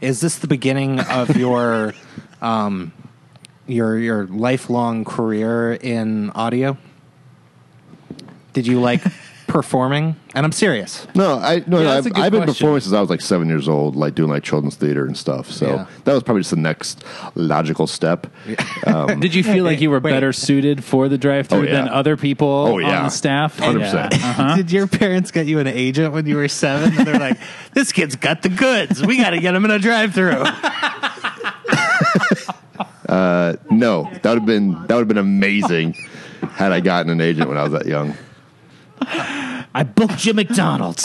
Speaker 1: Is this the beginning of your um, your your lifelong career in audio? Did you like performing? And I'm serious.
Speaker 2: No, I no, no,
Speaker 3: Yeah, that's
Speaker 2: I've,
Speaker 3: a good
Speaker 2: I've been
Speaker 3: question.
Speaker 2: performing since I was like seven years old, like doing like children's theater and stuff. So
Speaker 1: Yeah.
Speaker 2: that was probably just the next logical step.
Speaker 3: Did you feel like you were better suited for the drive-through
Speaker 2: Oh, yeah.
Speaker 3: than other people
Speaker 2: Oh, yeah.
Speaker 3: on the staff?
Speaker 2: 100%.
Speaker 3: Yeah. Uh-huh.
Speaker 1: Did your parents get you an agent when you were seven? And they're like, "This kid's got the goods. We got to get him in a drive-through."
Speaker 2: No, that would have been that would have been amazing had I gotten an agent when I was that young.
Speaker 7: I booked you <laughs> McDonald's.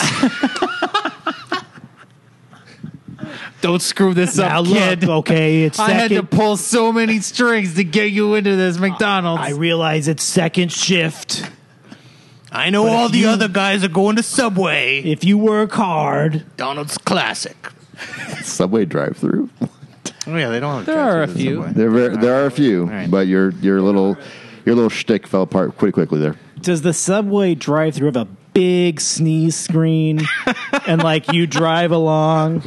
Speaker 3: Don't screw this
Speaker 7: now
Speaker 3: up, kid.
Speaker 7: look, okay, it's
Speaker 3: I had to
Speaker 7: second.
Speaker 3: pull so many strings to get you into this McDonald's.
Speaker 7: I realize it's second shift.
Speaker 1: I know all
Speaker 7: if
Speaker 1: the
Speaker 7: you-
Speaker 1: other guys are going to Subway.
Speaker 7: If you work hard,
Speaker 1: Donald's classic.
Speaker 2: Subway drive through.
Speaker 1: Oh yeah, they don't. Have
Speaker 3: there are a
Speaker 1: drive-thrus at
Speaker 3: few.
Speaker 1: Subway.
Speaker 2: There ver- there are a few,
Speaker 1: right.
Speaker 2: but your your little your little shtick fell apart pretty quickly there.
Speaker 7: does the subway drive-through have a big sneeze screen?
Speaker 1: <laughs>
Speaker 7: and like you drive along,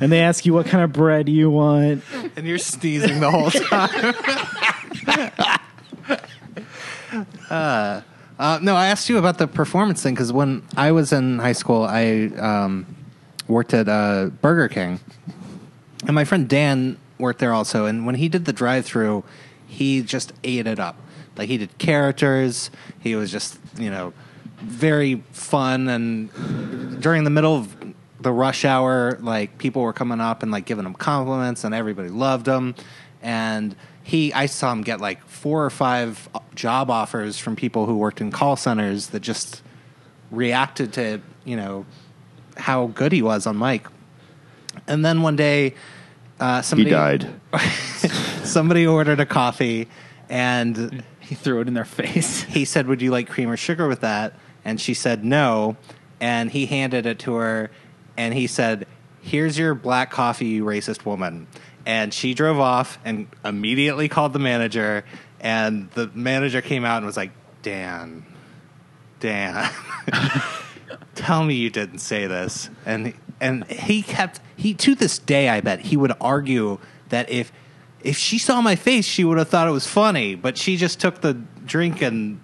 Speaker 7: and they ask you what kind of bread you want.
Speaker 1: and you're sneezing the whole time. <laughs> uh, uh, no, I asked you about the performance thing because when I was in high school, I um, worked at uh, Burger King, and my friend Dan worked there also. And when he did the drive-through, he just ate it up. Like he did characters. He was just you know very fun and during the middle of the rush hour, like people were coming up and like giving him compliments, and everybody loved him. And he, I saw him get like four or five job offers from people who worked in call centers that just reacted to you know how good he was on mic. And then one day, uh,
Speaker 2: He
Speaker 1: somebody
Speaker 2: died.
Speaker 1: Somebody ordered a coffee, and
Speaker 3: he threw it in their <laughs> face.
Speaker 1: he said, "Would you like cream or sugar with that?" And she said, "No." And he handed it to her, and he said, "Here's your black coffee, you racist woman." And she drove off and immediately called the manager, and the manager came out and was like, "Dan, Dan, <laughs> tell me you didn't say this." And and he kept he to this day, I bet he would argue that if if she saw my face, she would have thought it was funny, but she just took the drink and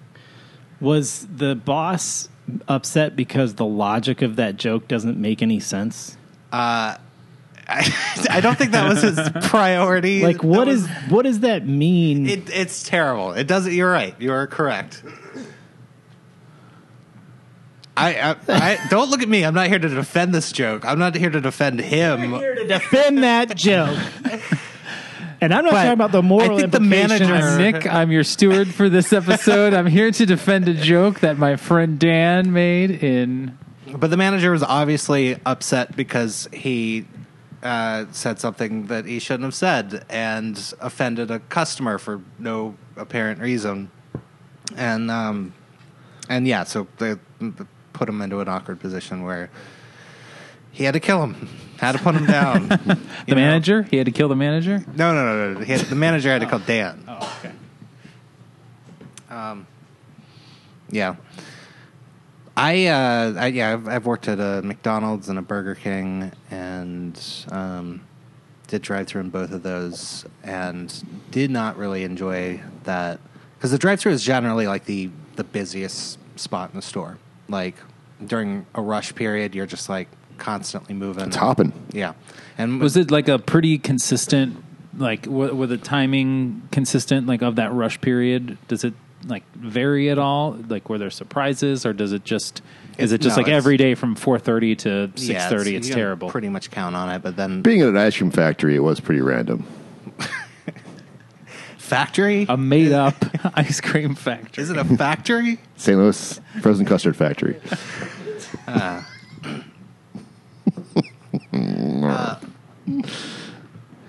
Speaker 7: Was the boss upset because the logic of that joke doesn't make any sense?
Speaker 1: I, I don't think that was
Speaker 7: <laughs>
Speaker 1: his priority.
Speaker 7: Like,
Speaker 1: That
Speaker 7: what
Speaker 1: was-
Speaker 7: is what does that mean?
Speaker 1: it? It's terrible. It doesn't. You're right. You are correct. I, I, I don't look at me. I'm not here to defend this joke. I'm not here to defend him.
Speaker 7: to defend that
Speaker 1: <laughs>
Speaker 7: joke. And I'm not
Speaker 1: But
Speaker 7: talking about the
Speaker 1: I
Speaker 7: moral
Speaker 1: think the
Speaker 7: implications.
Speaker 1: manager-
Speaker 3: I'm Nick. I'm your steward for this episode. I'm here to defend a joke that my friend Dan made in.
Speaker 1: But the manager was obviously upset because he uh, said something that he shouldn't have said and offended a customer for no apparent reason. And um, and yeah, so they put him into an awkward position where he had to kill him, had to put him down. the
Speaker 3: The manager? He had to kill the manager?
Speaker 1: No, no, no, no. no. He had, the manager had to call Dan. Oh, okay. Um, yeah. I, uh, I yeah, I've, I've worked at a McDonald's and a Burger King, and um, did drive through in both of those, and did not really enjoy that because the drive through is generally like the the busiest spot in the store. Like during a rush period, you're just like constantly moving.
Speaker 2: It's hopping.
Speaker 1: Yeah. And
Speaker 3: was it like a pretty consistent, like, w- were the timing consistent, like, of that rush period? Does it, like, vary at all? Like, were there surprises or does it just, is
Speaker 1: It-
Speaker 3: it just
Speaker 1: no,
Speaker 3: like
Speaker 1: it's-
Speaker 3: every day from 4.30 to 6.30?
Speaker 1: Yeah,
Speaker 3: it's,
Speaker 1: you can
Speaker 3: terrible.
Speaker 1: Pretty much count on it, but then
Speaker 2: Being at an ice cream factory, it was pretty random.
Speaker 1: factory
Speaker 3: a made
Speaker 1: <laughs>
Speaker 3: up <laughs> ice cream factory.
Speaker 1: Is it a factory?
Speaker 2: St. Louis frozen custard factory.
Speaker 1: uh,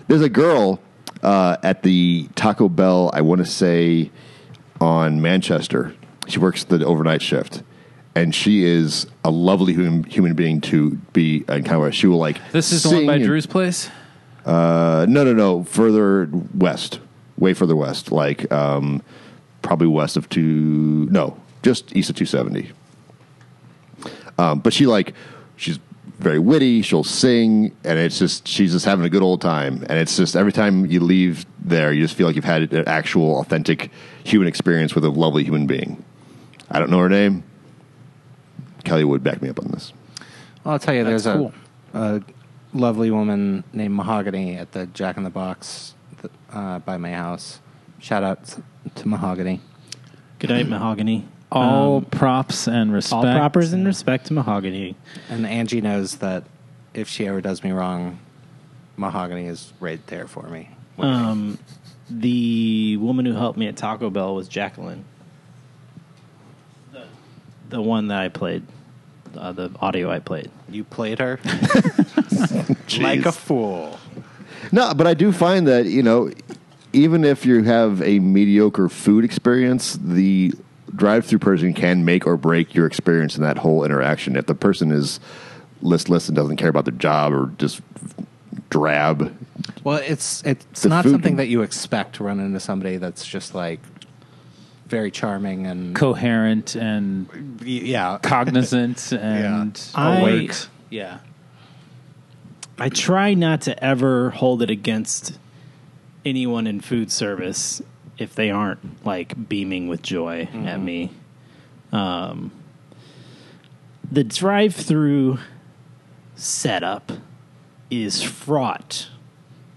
Speaker 2: There's a girl uh, at the Taco Bell, I want to say, on Manchester. She works the overnight shift. And she is a lovely human, human being to be in Conway. She will like.
Speaker 3: This is the one
Speaker 2: sing
Speaker 3: by
Speaker 2: and-
Speaker 3: Drew's place?
Speaker 2: Uh, no, no, no. Further west, way further west, like um, probably west of two. No, just east of two seventy. Um, but she like she's very witty. She'll sing, and it's just she's just having a good old time. And it's just every time you leave there, you just feel like you've had an actual, authentic human experience with a lovely human being. I don't know her name. Kelly would back me up on this.
Speaker 1: I'll tell you,
Speaker 3: That's
Speaker 1: there's
Speaker 3: cool.
Speaker 1: a, a lovely woman named Mahogany at the Jack in the Box th- uh, by my house. Shout out s- to Mahogany.
Speaker 7: Good night, Mahogany.
Speaker 3: All
Speaker 7: Um,
Speaker 3: props and respect.
Speaker 7: all propers and respect to Mahogany.
Speaker 1: And Angie knows that if she ever does me wrong, Mahogany is right there for me.
Speaker 7: Um, the woman who helped me at Taco Bell was Jacqueline. The, the one that I played, uh, the audio I played.
Speaker 1: You played her
Speaker 2: Jeez.
Speaker 1: like a fool.
Speaker 2: No, but I do find that you know, even if you have a mediocre food experience, the drive-through person can make or break your experience in that whole interaction. If the person is listless and doesn't care about their job or just drab,
Speaker 1: Well, it's it's
Speaker 2: The
Speaker 1: not
Speaker 2: food-
Speaker 1: something that you expect to run into somebody that's just like very charming and
Speaker 3: coherent and
Speaker 1: <laughs> yeah.
Speaker 3: cognizant and
Speaker 7: I-
Speaker 3: awake. yeah.
Speaker 7: Oh, I try not to ever hold it against anyone in food service if they aren't like beaming with joy at
Speaker 3: Mm-hmm.
Speaker 7: me. Um, the drive through setup is fraught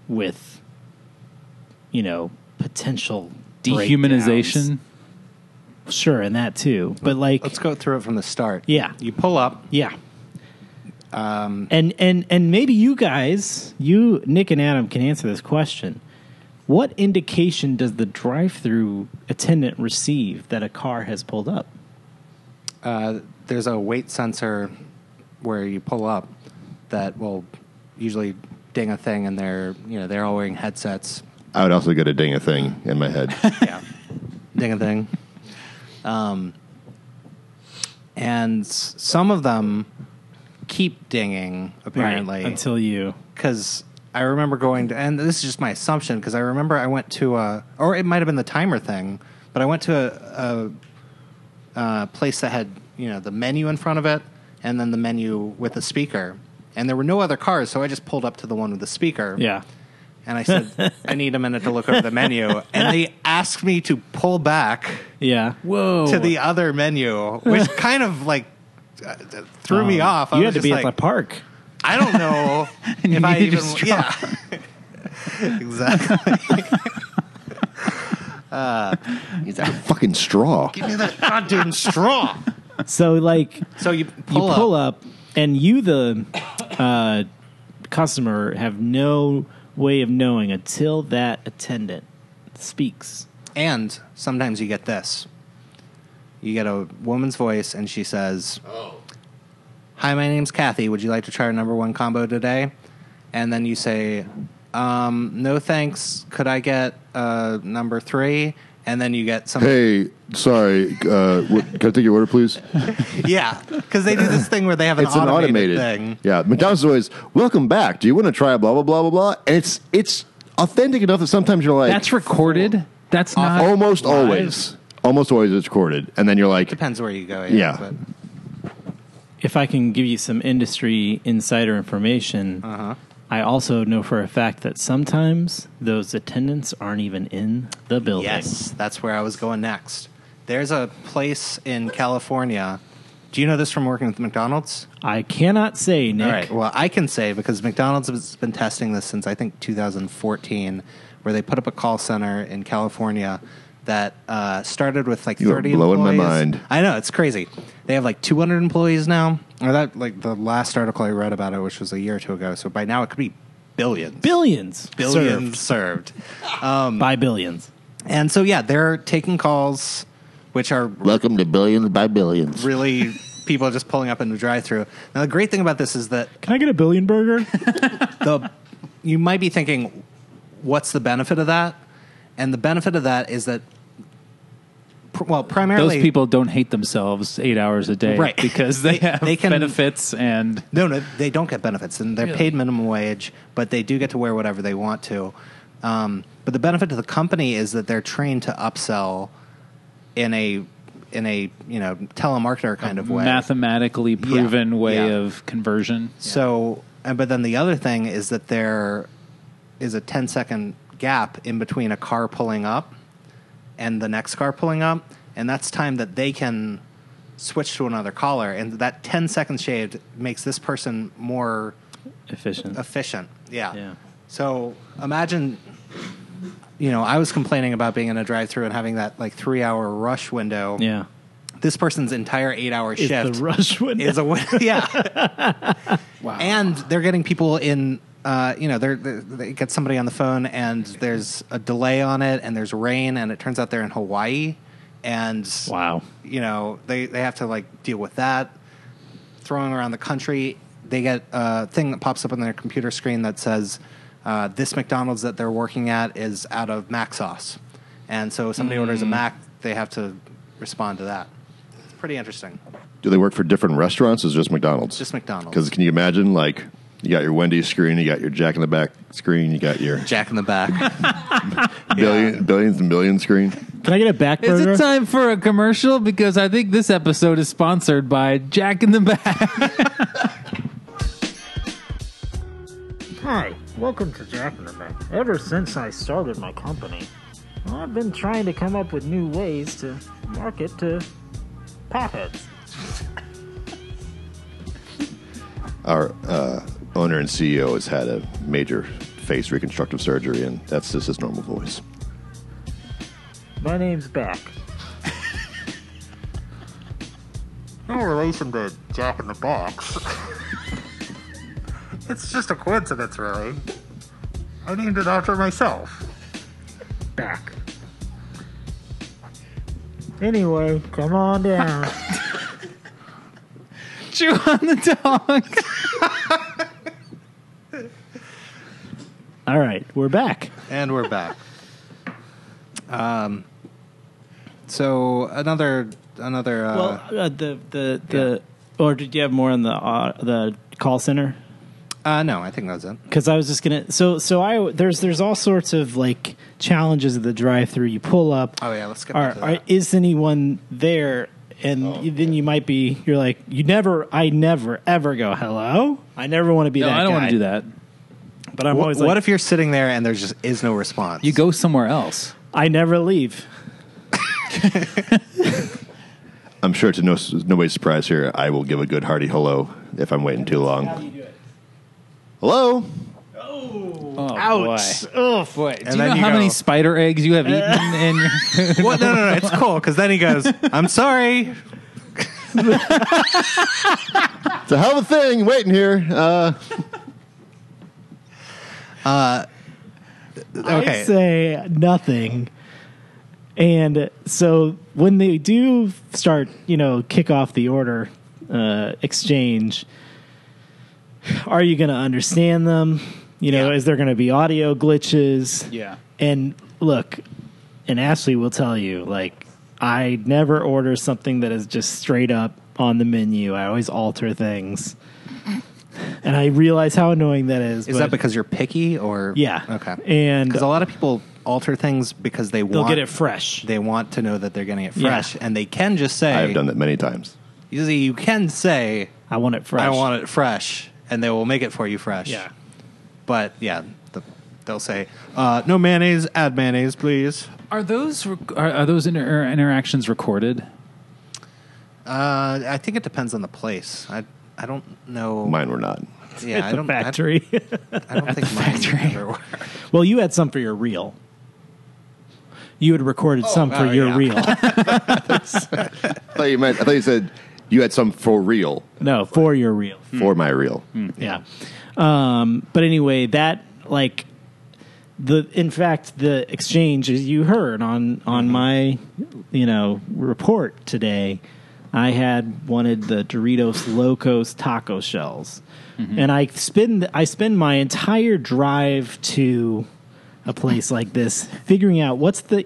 Speaker 7: with, you know, potential
Speaker 3: Dehumanization.
Speaker 7: breakdowns. Sure, and that too. But like,
Speaker 1: Let's go through it from the start.
Speaker 7: Yeah.
Speaker 1: You pull up.
Speaker 7: yeah. Um, and and and maybe you guys, you Nick and Adam, can answer this question. What indication does the drive-through attendant receive that a car has pulled up?
Speaker 1: There's a weight sensor where you pull up that will usually ding a thing, and they're you know they're all wearing headsets.
Speaker 2: I would also get a ding a thing in my head.
Speaker 1: yeah, ding a thing. Um, and s- some of them keep dinging apparently
Speaker 7: until you.
Speaker 1: because I remember going to, and this is just my assumption because I remember I went to a, or it might have been the timer thing, but I went to a, a, uh place that had you know the menu in front of it, and then the menu with a speaker, and there were no other cars, so I just pulled up to the one with the speaker.
Speaker 7: Yeah.
Speaker 1: And I
Speaker 7: <laughs>
Speaker 1: said, I need a minute to look over the menu, and they asked me to pull back
Speaker 7: Yeah.
Speaker 3: Whoa.
Speaker 7: Oh.
Speaker 1: to the other menu, which kind of like uh, threw me off. I
Speaker 7: Oh. you
Speaker 1: was
Speaker 7: had to
Speaker 1: just
Speaker 7: be
Speaker 1: like,
Speaker 7: at the park.
Speaker 1: I don't know
Speaker 3: And
Speaker 1: if
Speaker 3: you
Speaker 1: I
Speaker 3: needed
Speaker 1: even
Speaker 3: a straw.
Speaker 1: yeah <laughs> exactly.
Speaker 2: It's a fucking straw.
Speaker 1: Give me that goddamn straw.
Speaker 7: So <laughs> like
Speaker 1: So you
Speaker 7: you
Speaker 1: pull,
Speaker 7: pull
Speaker 1: up.
Speaker 7: up. and you the uh, customer have no way of knowing until that attendant speaks.
Speaker 1: and sometimes you get this. You get a woman's voice, and she says, "Hi, my name's Kathy. Would you like to try our number one combo today?" And then you say, um, "No thanks. Could I get uh, number three? And then you get some
Speaker 2: Hey, sorry. Uh, what, can I take your order, please?
Speaker 1: <laughs> yeah, because they do this thing where they have an,
Speaker 2: it's an
Speaker 1: automated, thing.
Speaker 2: automated Yeah, McDonald's is always welcome back. Do you want to try blah blah blah blah blah? And it's it's authentic enough that sometimes you're like
Speaker 3: That's recorded. That's not
Speaker 2: almost
Speaker 3: live?
Speaker 2: always, almost always it's recorded, and then you're like,
Speaker 1: Depends where you go.
Speaker 2: Yeah.
Speaker 7: if I can give you some industry insider information,
Speaker 1: Uh-huh.
Speaker 7: I also know for a fact that sometimes those attendants aren't even in the building.
Speaker 1: Yes, that's where I was going next. There's a place in California Do you know this from working with McDonald's?
Speaker 7: I cannot say, Nick.
Speaker 1: All right. Well, I can say because McDonald's has been testing this since I think 2014, where they put up a call center in California that uh, started with like
Speaker 2: You are
Speaker 1: 30
Speaker 2: blowing my
Speaker 1: employees.
Speaker 2: mind.
Speaker 1: I know it's crazy. They have like 200 employees now, or that like the last article I read about it, which was a year or two ago. So by now it could be billions,
Speaker 7: Billions.
Speaker 1: billions
Speaker 7: served
Speaker 1: served. Um,
Speaker 7: by billions.
Speaker 1: and so yeah, they're taking calls, which are
Speaker 2: Welcome to Billions by Billions.
Speaker 1: really people just pulling up in the drive-through. Now the great thing about this is that
Speaker 7: Can I get a billion burger?
Speaker 1: the you might be thinking, what's the benefit of that? And the benefit of that is that, pr- well, primarily
Speaker 3: Those people don't hate themselves eight hours a day,
Speaker 1: Right.
Speaker 3: Because they,
Speaker 1: They-
Speaker 3: have
Speaker 1: they can-
Speaker 3: benefits and
Speaker 1: No, no, they don't get benefits, and they're
Speaker 3: Yeah.
Speaker 1: paid minimum wage, but they do get to wear whatever they want to. Um, but the benefit to the company is that they're trained to upsell in a in a you know telemarketer kind of way.
Speaker 3: mathematically proven way
Speaker 1: yeah.
Speaker 3: of conversion.
Speaker 1: So, and, but then the other thing is that there is a 10 second gap in between a car pulling up and the next car pulling up, and that's time that they can switch to another caller, and that 10 seconds shaved makes this person more
Speaker 7: <laughs> Efficient.
Speaker 1: efficient. Yeah.
Speaker 7: Yeah.
Speaker 1: So imagine, you know, I was complaining about being in a drive-through and having that like three-hour rush window.
Speaker 7: Yeah.
Speaker 1: This person's entire eight-hour
Speaker 7: Is
Speaker 1: shift
Speaker 7: the rush one
Speaker 1: is a win. <laughs> yeah. <laughs> And they're getting people in. Uh, you know, they're, they they get somebody on the phone, and there's a delay on it, and there's rain, and it turns out they're in Hawaii, and
Speaker 7: <laughs> Wow.
Speaker 1: you know they they have to like deal with that throwing around the country they get a thing that pops up on their computer screen that says uh, this mcdonald's that they're working at is out of mac sauce and so if somebody orders a mac they have to respond to that it's pretty interesting
Speaker 2: Do they work for different restaurants or is it just McDonald's?
Speaker 1: Just McDonald's.
Speaker 2: Because can you imagine, like, you got your Wendy's screen, you got your Jack in the Back screen, you got your
Speaker 1: jack in the back
Speaker 2: billion, billions and billions screen.
Speaker 7: Can I get a back
Speaker 3: Is
Speaker 7: burger?
Speaker 3: it time for a commercial? Because I think this episode is sponsored by Jack in the Back.
Speaker 5: Hi, welcome to Jack in the Back. Ever since I started my company, I've been trying to come up with new ways to market to potheads.
Speaker 2: Our uh, owner and CEO has had a major face reconstructive surgery, and that's just his normal voice.
Speaker 5: My name's Back.
Speaker 6: No relation to Jack in the Box. it's just a coincidence, really. I named it after myself.
Speaker 5: Back. Anyway, come on down.
Speaker 3: Chew on the dog.
Speaker 7: All right, we're back.
Speaker 1: and we're back um, so another another uh,
Speaker 7: Well, uh, the the the or did you have more on the uh, the call center?
Speaker 1: uh, no i think that was it
Speaker 7: Because I was just gonna. So so I there's there's all sorts of like challenges at the drive-through. You pull up.
Speaker 1: oh yeah let's get
Speaker 7: Are,
Speaker 1: into
Speaker 7: are,
Speaker 1: that. Oh,
Speaker 7: is anyone there? And you- then you might be. You're like you never. I never ever go hello. I never want to be
Speaker 3: No,
Speaker 7: that.
Speaker 3: I don't
Speaker 7: guy.
Speaker 3: want to do that.
Speaker 7: But I'm
Speaker 1: what,
Speaker 7: always like,
Speaker 1: what if you're sitting there and there just is no response <laughs>
Speaker 3: You go somewhere else.
Speaker 7: I never leave.
Speaker 2: I'm sure to no, nobody's surprise here, I will give a good hearty hello Oh, if I'm waiting too long.
Speaker 7: do it?
Speaker 2: Hello?
Speaker 3: Oh,
Speaker 7: Ouch!
Speaker 3: Boy.
Speaker 7: Ugh.
Speaker 3: Boy, do you
Speaker 1: then
Speaker 3: know
Speaker 1: you
Speaker 3: how
Speaker 1: go-
Speaker 3: many spider eggs
Speaker 1: <laughs>
Speaker 3: you have eaten? And
Speaker 1: Well, no, no, no. It's cool because then he goes, "I'm sorry."
Speaker 2: It's a hell of a thing waiting here. Uh,
Speaker 1: Okay.
Speaker 7: I say nothing. And so when they do start, you know, kick off the order uh, exchange, are you going to understand them? You know, is there going to be audio glitches?
Speaker 3: Yeah.
Speaker 7: And look, and Ashley will tell you, like, I never order something that is just straight up on the menu. I always alter things. And I realize how annoying that is.
Speaker 1: Is
Speaker 7: but-
Speaker 1: that because you're picky or
Speaker 7: Yeah.
Speaker 1: Okay.
Speaker 7: And
Speaker 1: Because a lot of people alter things because they
Speaker 7: they'll
Speaker 1: want
Speaker 7: get it fresh.
Speaker 1: They want to know that they're getting it
Speaker 7: Yeah.
Speaker 1: fresh, and they can just say,
Speaker 2: I've done that many times.
Speaker 1: Usually, you can say,
Speaker 7: I want it fresh.
Speaker 1: "I want it fresh," and they will make it for you fresh.
Speaker 7: Yeah.
Speaker 1: But yeah, the, they'll say, uh, "No mayonnaise. Add mayonnaise, please."
Speaker 3: are those rec- are, are those inter- interactions recorded?
Speaker 1: Uh, I think it depends on the place. I I don't know.
Speaker 2: Mine were not.
Speaker 1: Yeah,
Speaker 7: At
Speaker 1: I
Speaker 7: <laughs> the
Speaker 1: don't.
Speaker 7: factory.
Speaker 1: I, I don't
Speaker 7: At
Speaker 1: think
Speaker 7: <laughs> the
Speaker 1: mine
Speaker 7: factory.
Speaker 1: ever were.
Speaker 7: Well, you had some for your reel. You had recorded some for
Speaker 1: oh,
Speaker 7: your
Speaker 1: yeah.
Speaker 7: reel.
Speaker 2: I thought you meant. I thought you said you had some for real
Speaker 7: no, for your reel.
Speaker 2: for my reel.
Speaker 7: Yeah. Um, but anyway, that like the in fact the exchange as you heard on on my you know report today, I had wanted the Doritos Locos taco shells, and I spend I spend my entire drive to a place like this figuring out what's the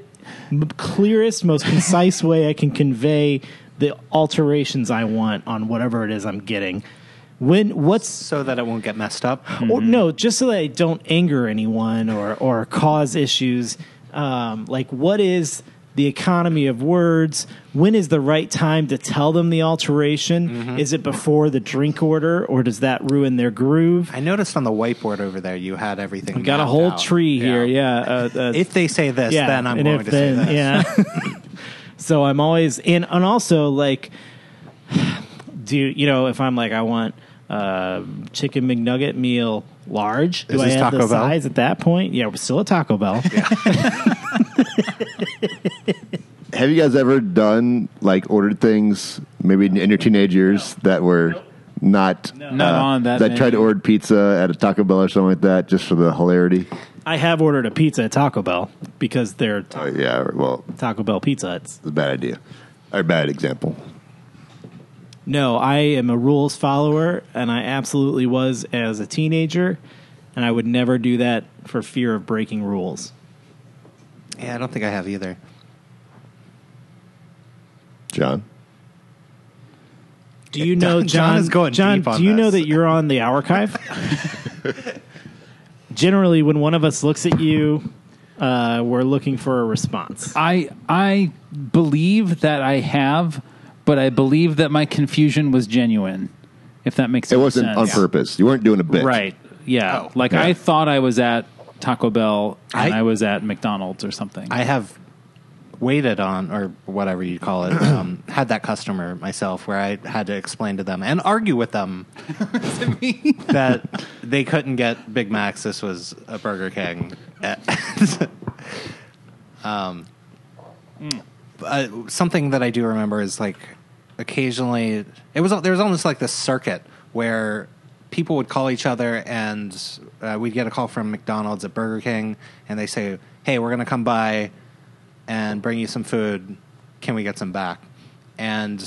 Speaker 7: m- clearest, most concise way I can convey the alterations I want on whatever it is I'm getting. When what's
Speaker 1: So that it won't get messed up.
Speaker 7: or no, just so that I don't anger anyone or or cause issues. Um, like, what is the economy of words? When is the right time to tell them the alteration?
Speaker 1: Mm-hmm.
Speaker 7: Is it before the drink order, or does that ruin their groove?
Speaker 1: I noticed on the whiteboard over there you had everything.
Speaker 7: I've got a
Speaker 1: mapped
Speaker 7: whole
Speaker 1: out.
Speaker 7: tree
Speaker 1: Yeah.
Speaker 7: here. Yeah, uh, uh,
Speaker 1: If they say this, then I'm
Speaker 7: and
Speaker 1: going
Speaker 7: if
Speaker 1: to say
Speaker 7: then-
Speaker 1: this.
Speaker 7: Yeah.
Speaker 1: <laughs>
Speaker 7: so I'm always and and also like, do you know if I'm like I want uh, chicken McNugget meal large? Do
Speaker 1: Is
Speaker 7: I
Speaker 1: this
Speaker 7: add
Speaker 1: Taco
Speaker 7: the
Speaker 1: Bell?
Speaker 7: size at that point? Yeah, we're still at Taco
Speaker 1: <laughs>
Speaker 7: Bell.
Speaker 2: Have you guys ever done like ordered things maybe in your teenage years that were not uh,
Speaker 3: Not on that
Speaker 2: that tried to
Speaker 3: menu.
Speaker 2: order pizza at a Taco Bell or something like that just for the hilarity?
Speaker 7: I have ordered a pizza at Taco Bell because they're
Speaker 2: Oh yeah, well,
Speaker 7: Taco Bell Pizza Huts.
Speaker 2: it's a bad idea or bad example.
Speaker 7: No, I am a rules follower, and I absolutely was as a teenager, and I would never do that for fear of breaking rules.
Speaker 1: Yeah, I don't think I have either.
Speaker 2: John,
Speaker 7: Do you know
Speaker 1: John
Speaker 7: John?
Speaker 1: is going
Speaker 7: John,
Speaker 1: deep on
Speaker 7: do you know
Speaker 1: this.
Speaker 7: that you're on
Speaker 1: <laughs>
Speaker 7: the archive? Generally, when one of us looks at you, uh, we're looking for a response.
Speaker 3: I I believe that I have, but I believe that my confusion was genuine. If that makes
Speaker 2: it
Speaker 3: any
Speaker 2: wasn't
Speaker 3: sense.
Speaker 2: on purpose. You weren't doing a bit,
Speaker 3: Right. Yeah.
Speaker 1: Oh.
Speaker 3: like
Speaker 2: Yeah.
Speaker 3: I thought I was at Taco Bell and
Speaker 1: I-
Speaker 3: I, was at McDonald's or something.
Speaker 1: I have waited on or whatever you call it. Um, had that customer myself where I had to explain to them and argue with them that they couldn't get Big Macs. This was a Burger King. um, uh, something that I do remember is like occasionally it was there was almost like this circuit where people would call each other and uh, we'd get a call from McDonald's at Burger King and they say, "Hey, we're gonna come by and bring you some food. Can we get some back?" And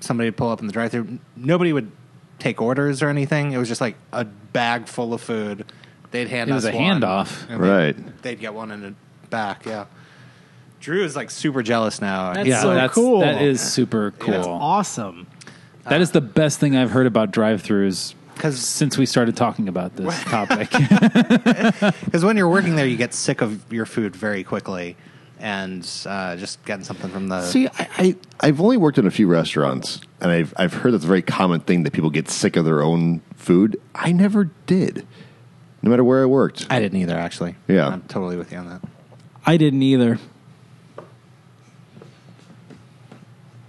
Speaker 1: somebody would pull up in the drive-through. Nobody would take orders or anything. It was just like a bag full of food. They'd hand
Speaker 3: It
Speaker 1: us
Speaker 3: was a
Speaker 1: one,
Speaker 3: handoff.
Speaker 1: and they'd-
Speaker 2: Right.
Speaker 1: They'd get one in the back. Yeah. Drew is like super jealous now.
Speaker 7: That's so cool.
Speaker 3: That is super cool.
Speaker 7: That's awesome.
Speaker 3: That is the best thing I've heard about drive-throughs
Speaker 1: 'Cause-
Speaker 3: since we started talking about this topic.
Speaker 1: Because when you're working there, you get sick of your food very quickly, and uh, just getting something from the.
Speaker 2: See, I, I I've only worked in a few restaurants, and I've I've heard that's a very common thing that people get sick of their own food. I never did, no matter where I worked.
Speaker 1: I didn't either, actually.
Speaker 2: Yeah.
Speaker 1: I'm totally with you on that.
Speaker 7: I didn't either.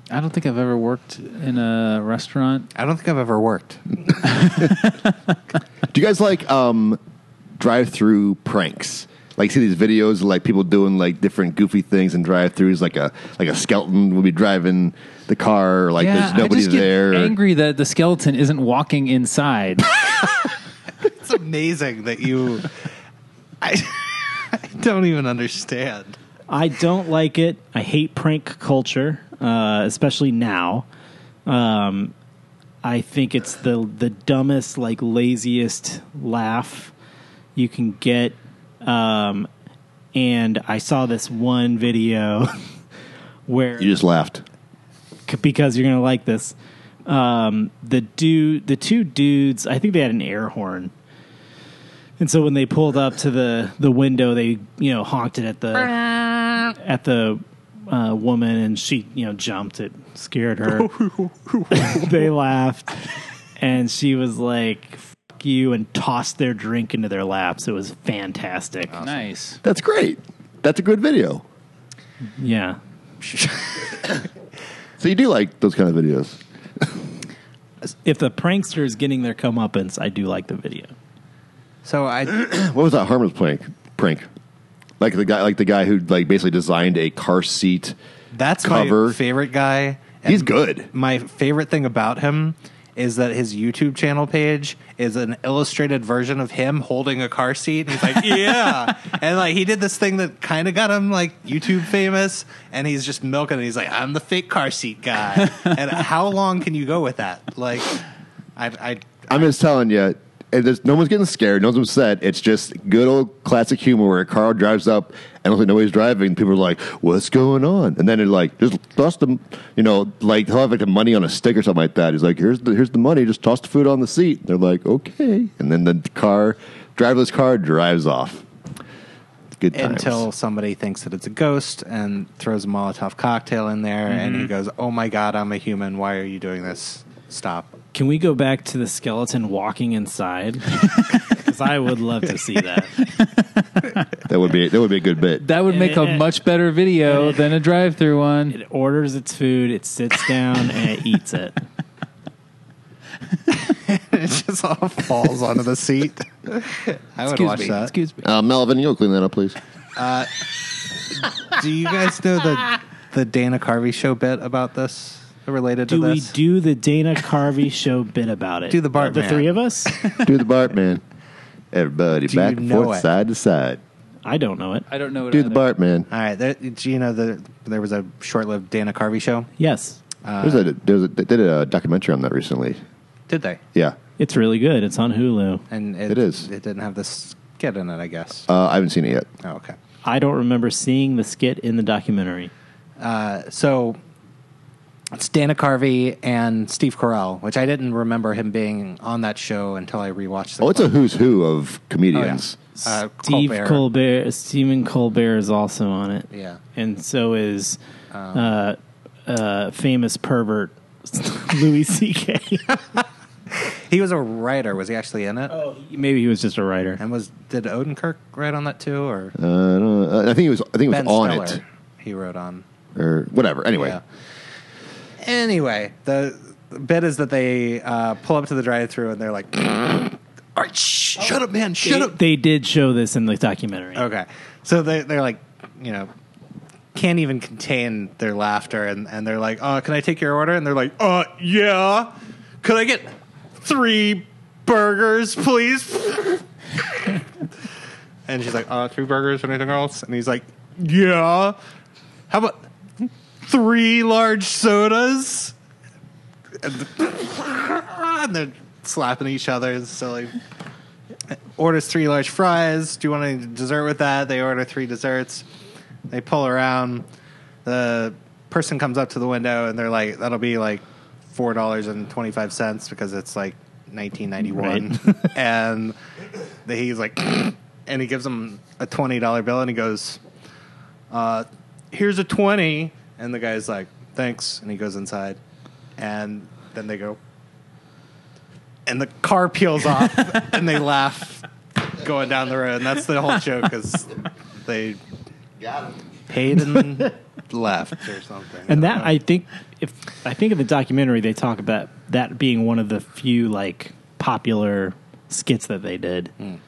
Speaker 3: I don't think I've ever worked in a restaurant.
Speaker 1: I don't think I've ever worked.
Speaker 2: Do you guys like um, drive-through pranks? Like see these videos of, like people doing like different goofy things in drive-throughs, like a like a skeleton will be driving the car, or, like
Speaker 3: yeah,
Speaker 2: there's nobody
Speaker 3: I just
Speaker 2: there.
Speaker 3: get angry that the skeleton isn't walking inside.
Speaker 1: It's amazing that you. <laughs> I, <laughs> I don't even understand.
Speaker 7: I don't like it. I hate prank culture, uh, especially now. Um, I think it's the the dumbest, like laziest laugh you can get. Um, and I saw this one video <laughs> where
Speaker 2: You just laughed.
Speaker 7: c- because you're gonna like this. Um, the dude, the two dudes, I think they had an air horn, and so when they pulled up to the the window, they you know honked it at the at the uh, woman, and she you know jumped. It scared her. they laughed, and she was like. "Fuck You and tossed their drink into their laps. It was fantastic.
Speaker 3: nice.
Speaker 2: That's great. That's a good video.
Speaker 7: Yeah,
Speaker 2: So you do like those kind of videos.
Speaker 7: If the prankster is getting their comeuppance, I do like the video.
Speaker 1: So I
Speaker 2: what was that harmless prank? Prank, like the guy, like the guy who like basically designed a car seat.
Speaker 1: That's
Speaker 2: cover.
Speaker 1: my favorite guy.
Speaker 2: He's good.
Speaker 1: My favorite thing about him is that his YouTube channel page is an illustrated version of him holding a car seat. And he's like, yeah. And like he did this thing that kind of got him like YouTube famous and he's just milking it. He's like, I'm the fake car seat guy. and how long can you go with that? Like I I
Speaker 2: I'm just telling you, and there's, no one's getting scared, no one's upset. It's just good old classic humor where a car drives up and looks like nobody's driving. People are like, "What's going on?" And then they're like, "Just toss them," you know, like he'll have like the money on a stick or something like that. He's like, "Here's the here's the money. Just toss the food on the seat." They're like, "Okay," and then the car, driverless car, drives off. Good times.
Speaker 1: until somebody thinks that it's a ghost and throws a Molotov cocktail in there, and he
Speaker 7: Mhm.
Speaker 1: goes, "Oh my god, I'm a human. Why are you doing this? Stop."
Speaker 7: Can we go back to the skeleton walking inside? <laughs> Because I would love to see that.
Speaker 2: that would be that would be a good bit.
Speaker 3: That would make a much better video than a drive-through one. It
Speaker 7: orders its food, it sits down, and it
Speaker 1: <laughs>
Speaker 7: eats it.
Speaker 1: it just all falls onto the seat. I would
Speaker 2: Excuse
Speaker 1: watch
Speaker 2: me,
Speaker 1: that.
Speaker 2: excuse Uh, Melvin, you'll clean that up, please.
Speaker 1: Uh, do you guys know the the Dana Carvey show bit about this? Related
Speaker 11: Do
Speaker 1: to
Speaker 11: we
Speaker 1: this?
Speaker 11: do the Dana Carvey show bit about it?
Speaker 1: Do the Bart
Speaker 11: The
Speaker 1: man.
Speaker 11: three of
Speaker 1: <laughs>
Speaker 11: us?
Speaker 2: Do the Bart man. Everybody
Speaker 1: Do you
Speaker 2: back and
Speaker 1: know
Speaker 2: forth,
Speaker 1: it? Uh,
Speaker 2: side to side.
Speaker 7: I don't know it.
Speaker 3: I don't know.
Speaker 2: Do the Bart man.
Speaker 1: All right. There, do you know the there was a short lived Dana Carvey show?
Speaker 7: Yes.
Speaker 1: Uh,
Speaker 2: There's a there's a they did a documentary on that recently.
Speaker 1: did they?
Speaker 2: Yeah,
Speaker 7: It's really good. It's on Hulu.
Speaker 1: And it,
Speaker 2: It is.
Speaker 1: It didn't have this skit in it, I guess.
Speaker 2: uh, I haven't seen it yet.
Speaker 1: Oh, okay.
Speaker 7: I don't remember seeing the skit in the documentary.
Speaker 1: Uh, so it's Dana Carvey and Steve Carell, which I didn't remember him being on that show until I rewatched. The
Speaker 2: Oh, it's a
Speaker 1: clip.
Speaker 2: who's who of comedians.
Speaker 1: Uh,
Speaker 7: Steve
Speaker 1: Colbert.
Speaker 7: Colbert. Stephen Colbert is also on it.
Speaker 1: Yeah. Um,
Speaker 7: And so is uh, uh, famous pervert <laughs> Louis C.K.
Speaker 1: He was a writer. Was he actually in it? Oh,
Speaker 7: Maybe he was just a writer.
Speaker 1: and was did Odenkirk write on that too, or
Speaker 2: Uh, I, don't know. I think it was I think it was
Speaker 1: Ben
Speaker 2: on
Speaker 1: Stiller?
Speaker 2: it
Speaker 1: He wrote on.
Speaker 2: or whatever. Anyway,
Speaker 1: Yeah. Anyway, the the bit is that they uh, pull up to the drive-through and they're like, <laughs> "All right, shh, shut up, man, shut
Speaker 7: they,
Speaker 1: up."
Speaker 7: they did show this in the documentary.
Speaker 1: Okay. So they, they're like, you know, can't even contain their laughter. And, and they're like, uh, can I take your order? And they're like, uh, yeah. Could I get three burgers, please? <laughs> and she's like, uh, three burgers, anything else? And he's like, yeah. How about three large sodas? And, <laughs> the- and they're slapping each other. It's silly orders three large fries. Do you want any dessert with that? They order three desserts. They pull around. The person comes up to the window and they're like, "That'll be like four dollars and twenty five cents because it's like nineteen ninety one. <laughs> And he's like, <clears throat> and he gives him a twenty dollar bill and he goes, uh, "Here's a 20. And the guy's like, "Thanks." And he goes inside. And then they go, and the car peels off and they laugh going down the road and that's the whole joke is they paid and left or something
Speaker 7: <laughs> And that I think if I think in the documentary they talk about that being one of the few like popular skits that they did in,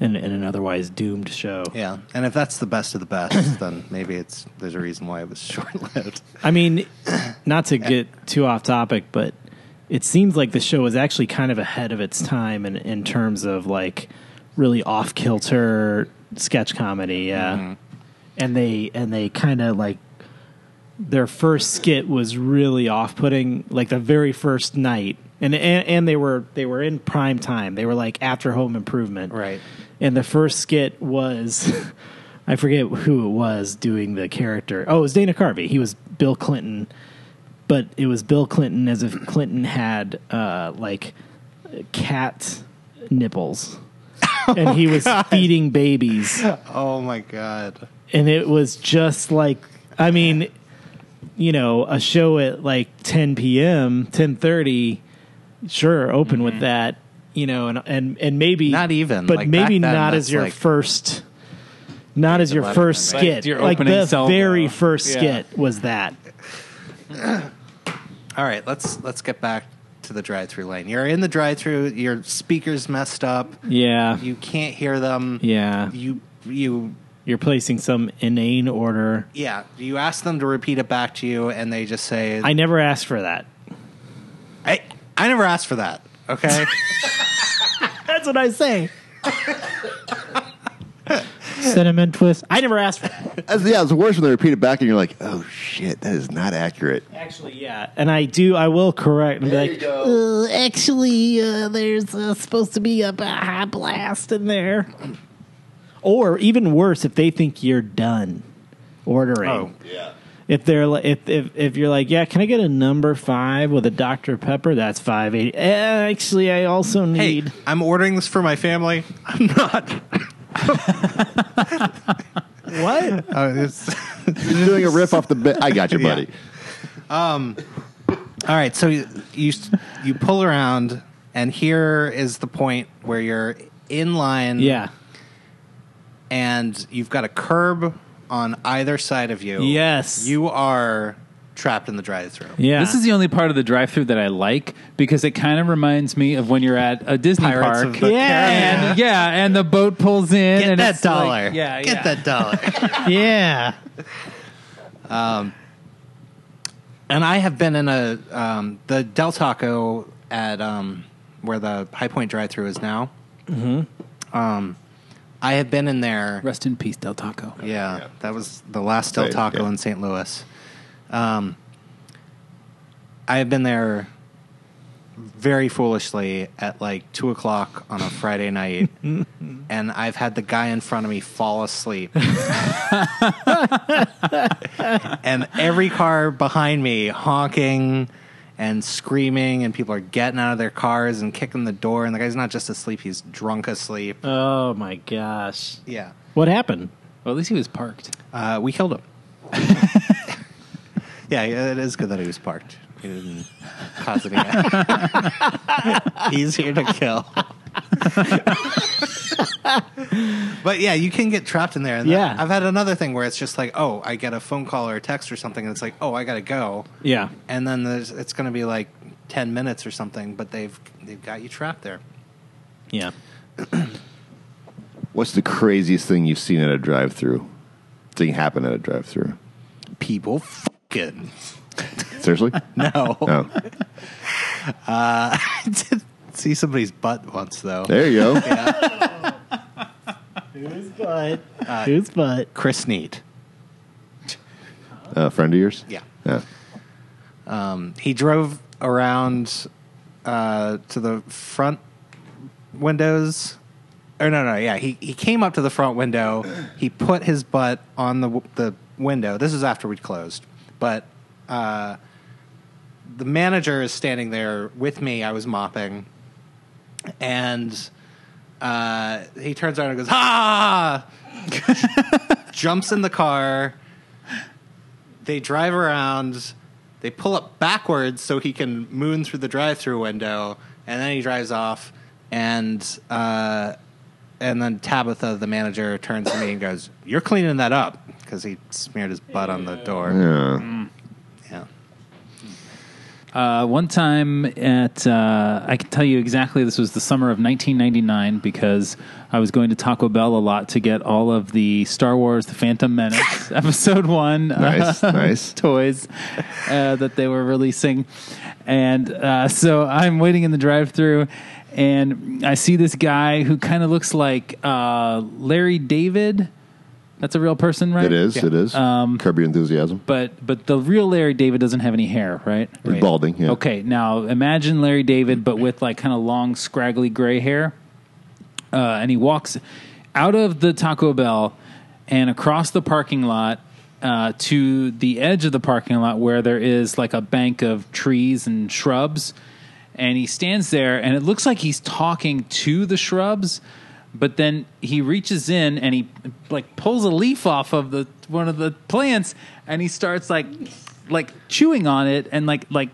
Speaker 7: in an otherwise doomed show.
Speaker 1: Hmm. yeah and if that's the best of the best <coughs> then maybe it's there's a reason why it was <laughs> short-lived
Speaker 7: I mean, not to get too off topic, but it seems like the show was actually kind of ahead of its time in, in terms of like really off kilter sketch comedy. Yeah. And they and they kind of like their first skit was really off putting. Like the very first night, and, and and they were they were in prime time. They were like after Home Improvement,
Speaker 1: Right.
Speaker 7: And the first skit was. I forget who it was doing the character. Oh, it was Dana Carvey. He was Bill Clinton, but it was Bill Clinton as if Clinton had uh, like cat nipples, and he was feeding babies,
Speaker 1: oh my god
Speaker 7: and it was just like I mean, you know, a show at like 10 p.m., 10:30, sure, open
Speaker 12: Mm-hmm.
Speaker 7: with that, you know, and and and maybe
Speaker 1: Not even,
Speaker 7: but
Speaker 1: like,
Speaker 7: maybe
Speaker 1: back then,
Speaker 7: not
Speaker 1: that's
Speaker 7: as your
Speaker 1: like-
Speaker 7: first. Not as your
Speaker 1: eleven,
Speaker 7: first
Speaker 1: right?
Speaker 7: skit,
Speaker 3: Like your
Speaker 7: like
Speaker 3: opening
Speaker 7: the
Speaker 3: salvo.
Speaker 7: very first
Speaker 3: Yeah.
Speaker 7: skit was that.
Speaker 1: All right, let's let's get back to the drive-through lane. You're in the drive-through. Your speakers messed up.
Speaker 12: Yeah.
Speaker 1: You can't hear them.
Speaker 12: Yeah.
Speaker 1: You you
Speaker 12: You're placing some inane order.
Speaker 1: yeah. You ask them to repeat it back to you, and they just say,
Speaker 12: I never asked for that.
Speaker 1: I I never asked for that. Okay.
Speaker 12: That's what I say. Cinnamon twist. I never asked for that.
Speaker 2: That's, yeah, it's worse when they repeat it back and you're like, oh shit, that is not accurate.
Speaker 12: Actually, yeah. And I do. I will correct. And be like,
Speaker 7: Uh, actually, uh, there's uh, supposed to be a Baja Blast in there.
Speaker 12: or even worse, if they think you're done ordering.
Speaker 1: Oh.
Speaker 2: Yeah.
Speaker 12: If they're li- if, if if you're like, yeah, can I get a number five with a Dr Pepper? That's five eighty. Actually, I also
Speaker 1: hey,
Speaker 12: need.
Speaker 1: I'm ordering this for my family. I'm not.
Speaker 12: What?
Speaker 7: <laughs>
Speaker 1: Uh, it's-
Speaker 2: You're doing a rip off the bit. I got you, buddy.
Speaker 1: <laughs> All right, so you, you you pull around, and here is the point where you're in
Speaker 12: <laughs>
Speaker 1: line.
Speaker 12: yeah.
Speaker 1: and you've got a curb on either side of you.
Speaker 12: Yes.
Speaker 1: You are trapped in the drive-through.
Speaker 12: Yeah.
Speaker 3: This is the only part of the drive-through that I like because it kind of reminds me of when you're at a Disney
Speaker 1: Pirates
Speaker 3: park.
Speaker 1: of the
Speaker 12: Yeah.
Speaker 3: and yeah, and the boat pulls in.
Speaker 1: Get
Speaker 3: and
Speaker 1: that
Speaker 3: it's like-
Speaker 1: dollar.
Speaker 3: yeah,
Speaker 1: Get
Speaker 3: yeah.
Speaker 1: that dollar.
Speaker 12: yeah.
Speaker 1: and I have been in a um, the Del Taco at um, where the High Point drive-through is now. Mm-hmm. Um, I have been in there.
Speaker 3: Rest in peace, Del Taco.
Speaker 1: Yeah, that was the last Del
Speaker 2: Right,
Speaker 1: Taco
Speaker 2: yeah.
Speaker 1: in St. Louis. Um, I have been there very foolishly at like two o'clock on a Friday
Speaker 2: <laughs>
Speaker 1: night, and I've had the guy in front of me fall asleep,
Speaker 2: <laughs>
Speaker 1: and every car behind me honking. And screaming, and people are getting out of their cars and kicking the door. And the guy's not just asleep; he's drunk asleep.
Speaker 2: Uh.
Speaker 12: Oh my gosh.
Speaker 1: Yeah,
Speaker 12: What happened?
Speaker 3: Well, at least he was parked.
Speaker 1: uh, we killed him. <laughs> yeah, yeah, it is good that he was parked. He didn't cause any. <laughs> He's here to kill. <laughs> but yeah, you can get trapped in there. And
Speaker 12: Yeah.
Speaker 1: I've had another thing where it's just like, oh, I get a phone call or a text or something, and it's like, oh, I gotta go,
Speaker 12: Yeah.
Speaker 1: and then there's it's gonna be like ten minutes or something, but they've they've got you trapped there.
Speaker 12: Yeah.
Speaker 2: What's the craziest thing you've seen at a drive through? Thing happen at a drive through?
Speaker 1: People fucking
Speaker 2: Seriously?
Speaker 1: no.
Speaker 2: No.
Speaker 1: I did <laughs> see somebody's butt once though.
Speaker 2: There you
Speaker 1: <laughs>
Speaker 2: go.
Speaker 12: Who's butt? Who's butt?
Speaker 1: Chris Neat.
Speaker 2: A friend of yours?
Speaker 1: Yeah.
Speaker 2: Yeah.
Speaker 1: Um, He drove around uh, to the front windows. Or no, no, yeah. He he came up to the front window. He put his butt on the w- the window. This is after we'd closed, but uh, the manager is standing there with me. I was mopping, and uh, he turns around and goes, "Ah!" <laughs> Jumps in the car. They drive around. They pull up backwards so he can moon through the drive-through window, and then he drives off. And uh, and then Tabitha, the manager, turns to me and goes, "You're cleaning that up," because he smeared his butt on the door.
Speaker 2: Yeah.
Speaker 1: Yeah.
Speaker 3: Uh, one time at, uh, I can tell you exactly this was the summer of 1999 because I was going to Taco Bell a lot to get all of the Star Wars The
Speaker 2: <laughs>
Speaker 3: Phantom Menace Episode
Speaker 1: <laughs>
Speaker 3: 1
Speaker 2: Nice, nice.
Speaker 3: <laughs> toys uh, that they were releasing. And uh, so I'm waiting in the drive through and I see this guy who kind of looks like uh, Larry David. That's a real person, right?
Speaker 2: It is. It is. Um, Curb your enthusiasm.
Speaker 3: But but the real Larry David doesn't have any hair, right?
Speaker 2: He's balding. Yeah.
Speaker 3: Okay, now imagine Larry David, but with like kind of long, scraggly gray hair. Uh, and he walks out of the Taco Bell and across the parking lot uh, to the edge of the parking lot where there is like a bank of trees and shrubs. And he stands there, and it looks like he's talking to the shrubs. But then he reaches in and he like pulls a leaf off of the one of the plants, and he starts like like chewing on it and like like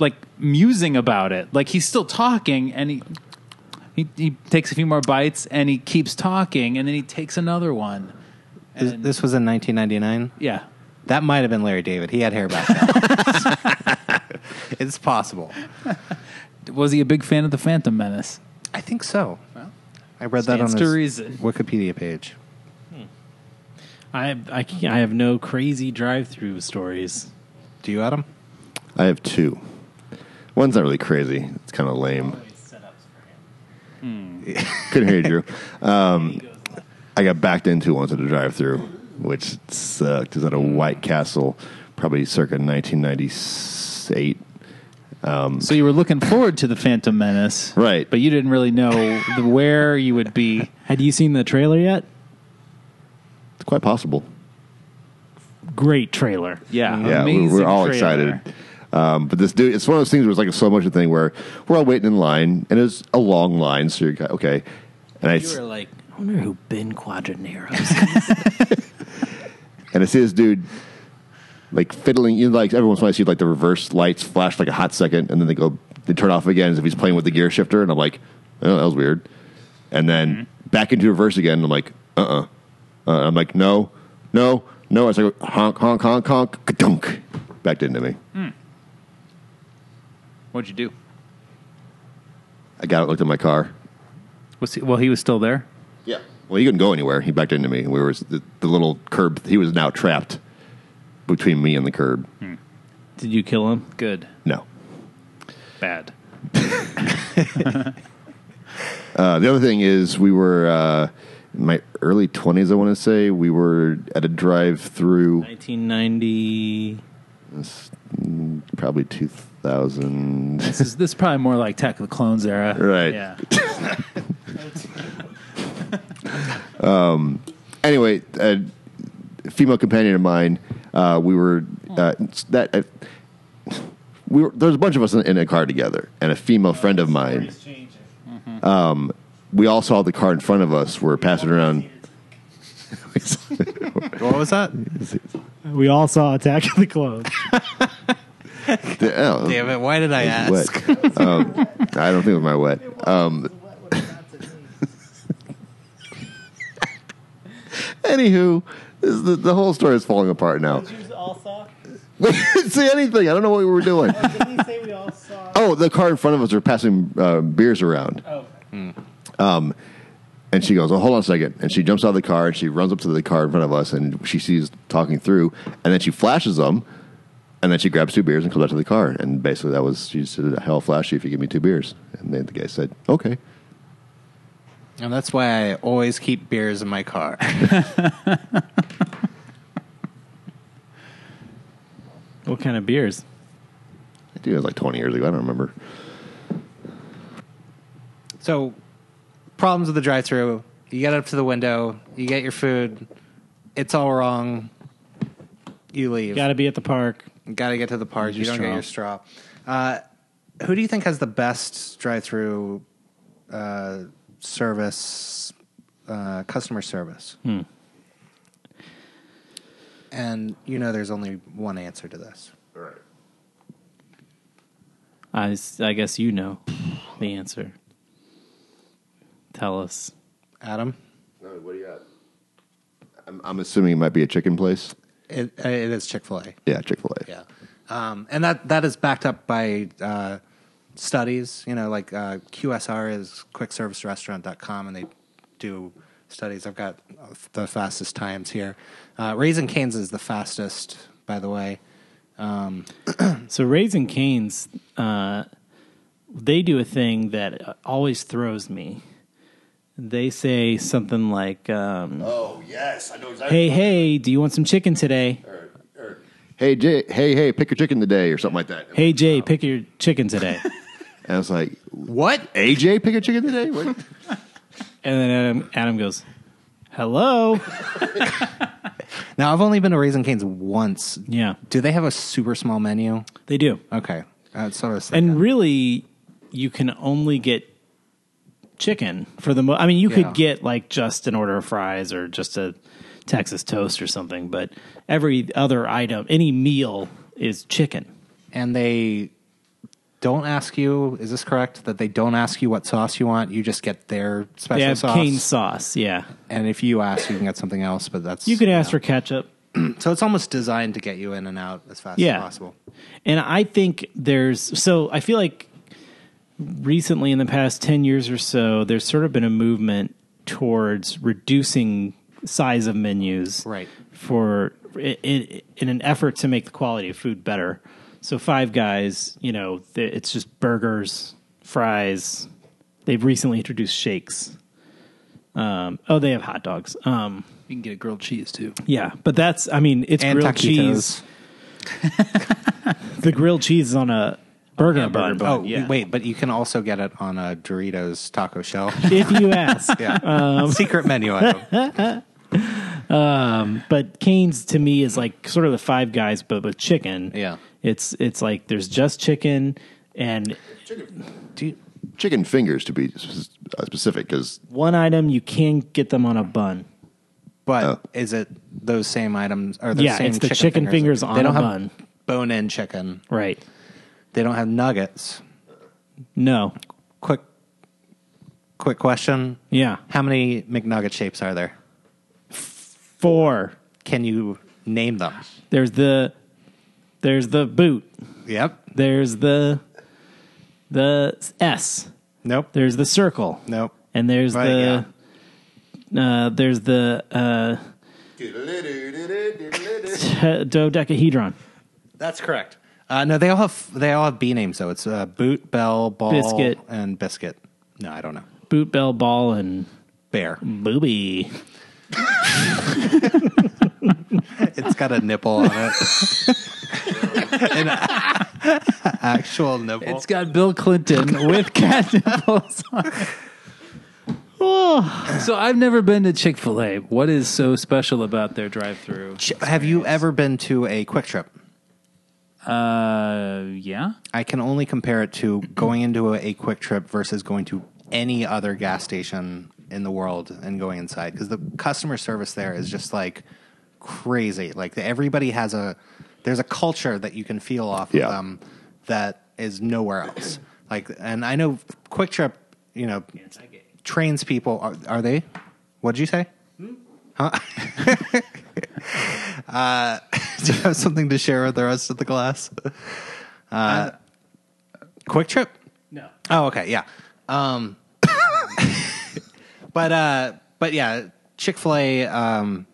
Speaker 3: like musing about it. Like he's still talking and he he, he takes a few more bites and he keeps talking and then he takes another one.
Speaker 1: This, this was in 1999.
Speaker 3: Yeah.
Speaker 1: That might have been Larry David. He had hair back then.
Speaker 3: <laughs>
Speaker 1: it's possible.
Speaker 3: Was he a big fan of the Phantom Menace?
Speaker 1: I think so. I read that on
Speaker 3: Stands
Speaker 1: his
Speaker 3: to reason.
Speaker 1: Wikipedia page.
Speaker 7: I I, can't- I have no crazy drive-through stories.
Speaker 1: Do you, Adam?
Speaker 2: I have two. One's not really crazy. It's kind of lame. Hmm. <laughs> Couldn't hear you, Drew. Um, I got backed into once at a drive-through, which sucked. It's at a White Castle, probably circa 1998. Um,
Speaker 3: So you were looking forward to the Phantom Menace,
Speaker 2: right?
Speaker 3: But you didn't really know the, where you would be.
Speaker 7: Had you seen the trailer yet?
Speaker 2: It's quite possible.
Speaker 7: Great trailer.
Speaker 3: Yeah,
Speaker 2: yeah, we- we're, all excited. Um, but this dude, it's one of those things where it's like a slow motion thing where we're all waiting in line, and it's a long line, so you're ki- okay. And I, s-
Speaker 7: You were like, I wonder who Ben Quadranero is.
Speaker 2: and I see this dude like fiddling. You know, like every once in a while, I see like the reverse lights flash like a hot second, and then they go they turn off again as if he's playing with the gear shifter, and I'm like, oh, that was weird. And then back into reverse again, and I'm like, uh-uh. uh, I'm like, no, no, no. It's like honk, honk, honk, honk, ka-dunk. backed into me.
Speaker 3: What'd you do?
Speaker 2: I got it. Looked at my car.
Speaker 3: Was he, well, he was still there.
Speaker 2: Yeah. Well, he couldn't go anywhere. He backed into me. We were the, the little curb. He was now trapped between me and the curb.
Speaker 7: Did you kill him?
Speaker 3: Good,
Speaker 2: No.
Speaker 3: bad.
Speaker 2: Uh, the other thing is, we were uh, in my early twenties. I want to say we were at a drive-through,
Speaker 7: 1990.
Speaker 2: probably two thousand.
Speaker 3: This is this is probably more like Attack of the Clones era,
Speaker 2: Right.
Speaker 3: Yeah.
Speaker 2: <laughs> Um, Anyway, a female companion of mine. Uh, we were uh, that. Uh, we were, there was a bunch of us in, in a car together, and a female friend of mine. Um, we all saw the car in front of us. We're passing around.
Speaker 1: What was that?
Speaker 13: We all saw Attack of the Clones.
Speaker 2: Oh,
Speaker 1: Damn it! Why did I ask?
Speaker 2: wet. <laughs> um, I don't think it was my wet. Um, <laughs> anywho, this is the, the whole story is falling apart now.
Speaker 14: all saw?
Speaker 2: We didn't see anything. I don't know what we were doing.
Speaker 14: Didn't he say we all saw?
Speaker 2: <laughs> Oh, the car in front of us are passing uh, beers around.
Speaker 14: Oh.
Speaker 3: Hmm.
Speaker 2: Um, and she goes, "Oh, hold on a second. And she jumps out of the car and she runs up to the car in front of us and she sees talking through, and then she flashes them, and then she grabs two beers and comes out to the car. And basically, that was she said, "Hell, flash you if you give me two beers." And then the guy said, "Okay."
Speaker 1: And that's why I always keep beers in my car. <laughs>
Speaker 7: What kind of beers?
Speaker 2: I think it was like 20 years ago. I don't remember.
Speaker 1: so, problems with the drive-through. You get up to the window. You get your food. It's all wrong. You leave.
Speaker 7: Got to be at the park.
Speaker 1: Got to get to the park.
Speaker 7: Use
Speaker 1: You
Speaker 7: your
Speaker 1: don't get your straw. Uh, who do you think has the best drive-through uh, service, uh, customer service?
Speaker 7: Hmm.
Speaker 1: And you know, there's only one answer to this.
Speaker 7: I, s- I guess you know the answer. Tell us.
Speaker 1: Adam,
Speaker 2: what do you got? I'm, I'm assuming it might be a chicken place.
Speaker 1: it, it is Chick Fil A.
Speaker 2: Yeah, Chick Fil A.
Speaker 1: Yeah, um, and that that is backed up by uh, studies. You know, like uh, QSR is QuickServiceRestaurant.com, and they do studies. I've got the fastest times here. Uh, Raising Canes is the fastest, by the way. Um,
Speaker 7: So Raising Canes, uh, they do a thing that uh, always throws me. They say something like, um,
Speaker 2: Oh yes, I know exactly.
Speaker 7: "Hey, hey, do you want some chicken today?
Speaker 2: Hey, Jay, hey, hey, pick your chicken today or something like that.
Speaker 7: Hey, Jay, pick your chicken <laughs> today."
Speaker 2: And I was like,
Speaker 1: what?
Speaker 2: AJ, pick a chicken today?
Speaker 3: <laughs>
Speaker 2: What?
Speaker 7: and then Adam, Adam goes, "Hello."
Speaker 1: Now I've only been to Raising Canes once.
Speaker 7: yeah,
Speaker 1: Do they have a super small menu?
Speaker 7: they do.
Speaker 1: Okay, Uh, that's what I was thinking.
Speaker 7: And really, you can only get chicken for the. Mo- I mean, you
Speaker 1: Yeah.
Speaker 7: could get like just an order of fries or just a Texas toast or something, but every other item, any meal, is chicken.
Speaker 1: and they don't ask you. Is this correct? That they don't ask you what sauce you want. You just get their special
Speaker 7: They have
Speaker 1: sauce.
Speaker 7: cane sauce. Yeah,
Speaker 1: And if you ask, you can get something else. But that's
Speaker 7: you could ask for ketchup.
Speaker 1: so it's almost designed to get you in and out as fast
Speaker 7: Yeah.
Speaker 1: as possible.
Speaker 7: And I think there's so I feel like recently in the past 10 years or so there's sort of been a movement towards reducing size of menus
Speaker 1: Right.
Speaker 7: for i i in an effort to make the quality of food better. So Five Guys, you know, th- it's just burgers, fries. They've recently introduced shakes. Um, oh, they have hot dogs. Um,
Speaker 15: You can get a grilled cheese too.
Speaker 7: yeah, but that's I mean it's
Speaker 15: And
Speaker 7: grilled
Speaker 15: taquitos.
Speaker 7: cheese. the grilled cheese is on a burger bun.
Speaker 1: oh, wait, but you can also get it on a Doritos taco
Speaker 7: <laughs>
Speaker 1: shell.
Speaker 7: If you ask.
Speaker 1: yeah.
Speaker 7: Um,
Speaker 1: Secret menu item.
Speaker 7: <laughs> um, but Cane's to me is like sort of the Five Guys, but with chicken.
Speaker 1: Yeah,
Speaker 7: it's it's like there's just chicken and
Speaker 2: Chicken fingers, to be s- uh, specific, <laughs> because
Speaker 7: one item you can get them on a bun.
Speaker 1: But is it those same items? Or those
Speaker 7: Oh. Yeah,
Speaker 1: same
Speaker 7: it's the chicken fingers
Speaker 1: They
Speaker 7: on a
Speaker 1: don't have
Speaker 7: bun.
Speaker 1: Bone-in chicken.
Speaker 7: Right.
Speaker 1: They don't have nuggets.
Speaker 7: No.
Speaker 1: Quick, quick question.
Speaker 7: Yeah.
Speaker 1: How many McNugget shapes are there?
Speaker 7: Four.
Speaker 1: Can you name them?
Speaker 7: There's the there's the boot.
Speaker 1: Yep.
Speaker 7: There's the the S.
Speaker 1: Nope.
Speaker 7: There's the circle.
Speaker 1: Nope.
Speaker 7: And there's
Speaker 1: Right,
Speaker 7: the uh, there's the uh, te- dodecahedron.
Speaker 1: That's correct. Uh, no, they all have they all have B names though. It's uh, boot, bell, ball,
Speaker 7: Biscuit.
Speaker 1: and biscuit. No, I don't know.
Speaker 7: Boot bell ball and
Speaker 1: bear
Speaker 7: Mm. booby.
Speaker 1: <laughs> It's got a nipple on it. <laughs> An a- <laughs> actual nipple.
Speaker 3: It's got Bill Clinton
Speaker 2: <laughs>
Speaker 3: with cat nipples on it.
Speaker 2: Oh.
Speaker 3: so I've never been to Chick Fil A. What is so special about their drive-through?
Speaker 1: have you ever been to a quick trip?
Speaker 3: Uh, yeah.
Speaker 1: I can only compare it to going into a, a quick trip versus going to any other gas station in the world and going inside because the customer service there is just like crazy. Like everybody has a there's a culture that you can feel off
Speaker 2: Yeah.
Speaker 1: of them that is nowhere else. Like, and I know quick trip, you know, trains people. Are, are they? What did you say? Huh? <laughs> uh, <laughs> do you have something to share with the rest of the class? Uh, quick trip? No. Oh, okay, yeah. Um, <laughs> but uh, but yeah, Chick Fil A. Um,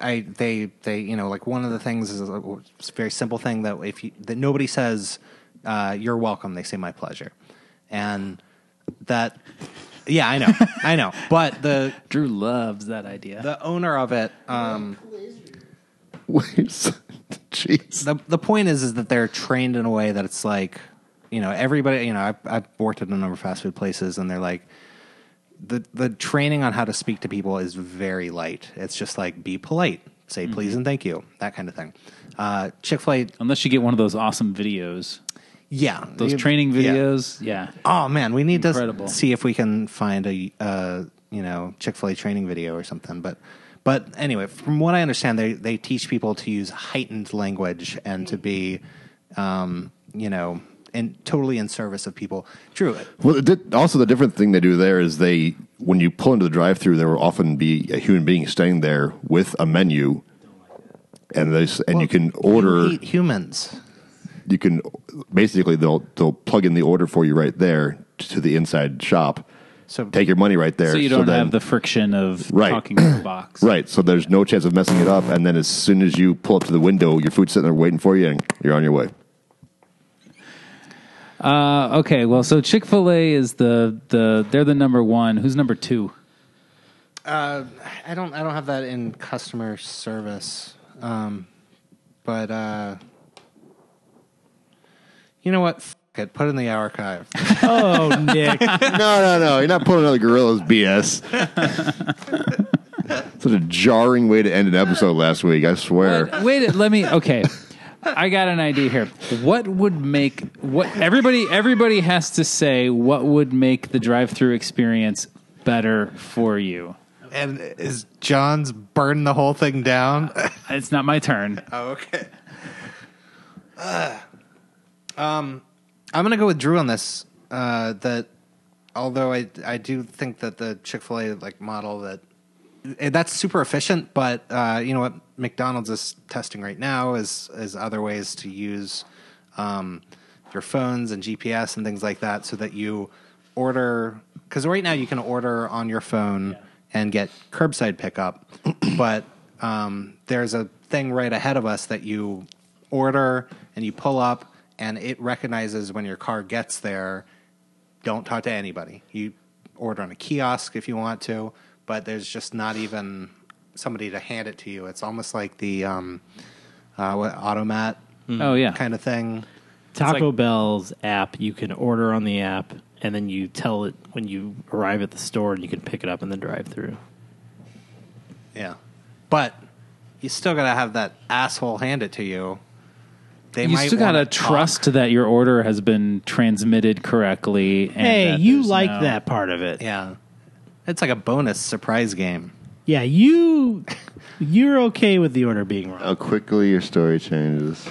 Speaker 1: I they they you know like one of the things is a it's a very simple thing that if you, that nobody says uh, you're welcome, they say my pleasure, and that yeah I know I know, but the
Speaker 3: Drew loves that idea.
Speaker 1: The owner of it. Um,
Speaker 2: Jeez.
Speaker 1: The the point is is that they're trained in a way that it's like, you know, everybody. You know, I've, I've worked at a number of fast food places, and they're like, the the training on how to speak to people is very light. It's just like be polite, say
Speaker 3: Mm-hmm.
Speaker 1: please and thank you, that kind of thing. Uh, Chick Fil A.
Speaker 3: Unless you get one of those awesome videos.
Speaker 1: Yeah,
Speaker 3: Those
Speaker 1: You-
Speaker 3: training
Speaker 1: yeah.
Speaker 3: videos. Yeah.
Speaker 1: Oh man, we need
Speaker 3: Incredible.
Speaker 1: to see if we can find a uh, you know Chick Fil A training video or something. But but anyway, from what I understand, they they teach people to use heightened language and to be um, you know and totally in service of people. True.
Speaker 2: Well, it did, also the different thing they do there is they, when you pull into the drive-through, there will often be a human being standing there with a menu, and they s- and you can order
Speaker 1: eat humans.
Speaker 2: You can basically they'll they'll plug in the order for you right there to the inside shop.
Speaker 1: So
Speaker 2: take your money right there.
Speaker 3: So you don't
Speaker 2: then-
Speaker 3: have the friction of
Speaker 2: Right.
Speaker 3: talking to the
Speaker 2: <coughs>
Speaker 3: box.
Speaker 2: Right, so there's no chance of messing it up, and then as soon as you pull up to the window, your food's sitting there waiting for you, and you're on your way.
Speaker 3: Uh, okay. Well, so Chick Fil A is the the they're the number one. Who's number two?
Speaker 1: Uh, I don't I don't have that in customer service, um, but uh, you know what? F- it. Put it in the archive.
Speaker 2: Oh,
Speaker 1: Nick.
Speaker 2: no, no, no! You're not pulling another gorilla's BS. Such a jarring way to end an episode last week. I swear.
Speaker 3: Wait, let me. Okay, I got an idea here. What would make what everybody everybody has to say? What would make the drive-through experience better for you?
Speaker 1: And is John's burn the whole thing down?
Speaker 3: It's not my turn.
Speaker 1: Oh, okay. <sighs> Um, I'm gonna go with Drew on this. Uh, that although I I do think that the Chick Fil A like model that eh, that's super efficient, but uh, you know what McDonald's is testing right now is is other ways to use um, your phones and GPS and things like that, so that you order because right now you can order on your phone and get curbside pickup, <clears throat> but um, there's a thing right ahead of us that you order and you pull up and it recognizes when your car gets there don't talk to anybody. You order on a kiosk if you want to, but there's just not even somebody to hand it to you. It's almost like the um, uh, what, automat
Speaker 12: Oh, yeah.
Speaker 1: kind of thing.
Speaker 12: Taco Bell's app, you can order on the app, and then you tell it when you arrive at the store, and you can pick it up in the drive-through.
Speaker 1: Yeah. But you still got to have that asshole hand it to you. They
Speaker 3: you
Speaker 1: might
Speaker 3: still gotta
Speaker 1: wanna
Speaker 3: trust that your order has been transmitted correctly. And
Speaker 1: Hey,
Speaker 3: that
Speaker 1: you
Speaker 3: there's
Speaker 1: like
Speaker 3: no-
Speaker 1: that part of it. Yeah. It's like a bonus surprise game.
Speaker 7: Yeah, you you're okay with the order being wrong.
Speaker 2: How quickly your story changes.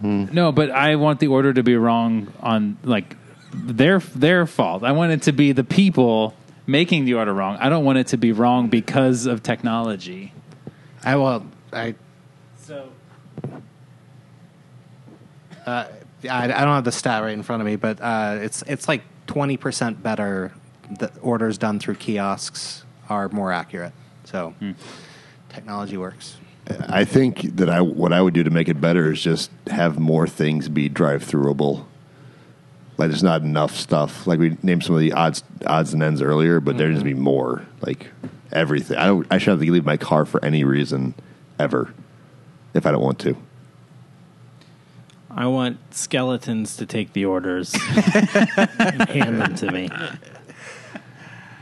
Speaker 3: No, but I want the order to be wrong on like their their fault. I want it to be the people making the order wrong. I don't want it to be wrong because of technology.
Speaker 1: I will. I
Speaker 12: So
Speaker 1: Uh, I, I don't have the stat right in front of me, but uh, it's it's like twenty percent better. The orders done through kiosks are more accurate. So
Speaker 3: Hmm.
Speaker 1: technology works.
Speaker 2: I think that I what I would do to make it better is just have more things be drive throughable. Like there's not enough stuff. Like we named some of the odds odds and ends earlier, but there needs to be more. Like everything. I don't. I shouldn't have to leave my car for any reason ever if I don't want to.
Speaker 12: I want skeletons to take the
Speaker 7: <laughs>
Speaker 12: orders and hand them to me.
Speaker 2: Like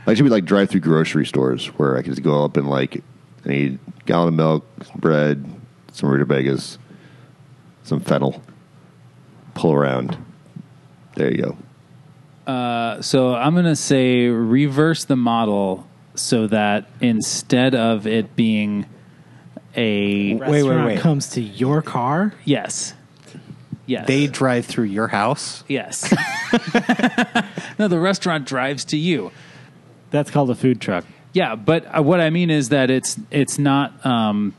Speaker 2: it should be like drive through grocery stores where I could just go up and like I need a gallon of milk, some bread, some rutabagas, some fennel. Pull around. There you go.
Speaker 3: Uh, so I'm going to say reverse the model so that instead of it being a
Speaker 7: Restaurant comes to your car.
Speaker 3: yes, yes,
Speaker 1: They drive through your house.
Speaker 3: yes. <laughs> no, the restaurant drives to you.
Speaker 12: That's called a food truck.
Speaker 3: Yeah, but uh, what I mean is that it's it's not um,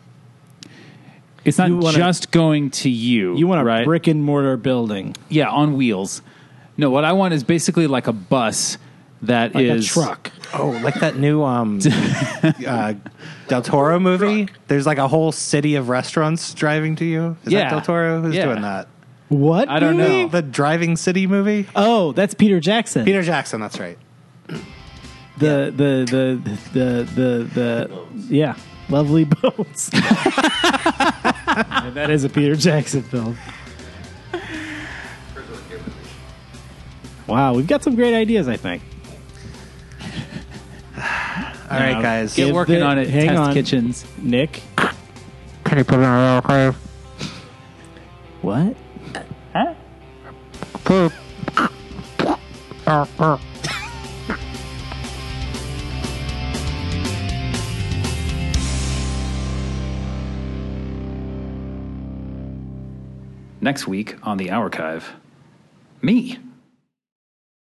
Speaker 3: it's not
Speaker 12: You wanna-
Speaker 3: just going to you.
Speaker 12: You want a
Speaker 3: right?
Speaker 12: brick and mortar building,
Speaker 3: Yeah, on wheels. No, what I want is basically like a bus that is
Speaker 12: like a truck.
Speaker 1: Oh, like that new
Speaker 3: <laughs>
Speaker 1: um, uh, Del Toro movie. There's like a whole city of restaurants driving to you. Is
Speaker 3: Yeah.
Speaker 1: that Del Toro? Who's
Speaker 3: Yeah.
Speaker 1: doing that? Oh,
Speaker 7: What?
Speaker 3: I don't
Speaker 7: movie?
Speaker 3: know.
Speaker 1: The Driving City movie.
Speaker 7: Oh, that's Peter Jackson.
Speaker 1: Peter Jackson. That's right.
Speaker 7: the, the the the the the yeah, lovely <laughs> boats. that is a Peter Jackson film. Wow, we've got some great ideas. I think.
Speaker 1: All right, guys.
Speaker 3: Get
Speaker 7: Give
Speaker 3: working
Speaker 7: the-
Speaker 3: on it.
Speaker 7: hang
Speaker 3: Test
Speaker 7: on.
Speaker 3: kitchens.
Speaker 7: Nick,
Speaker 5: Can you put it in a autoclave?
Speaker 7: what?
Speaker 5: Poop. Poop.
Speaker 3: Next week on the Archive, me.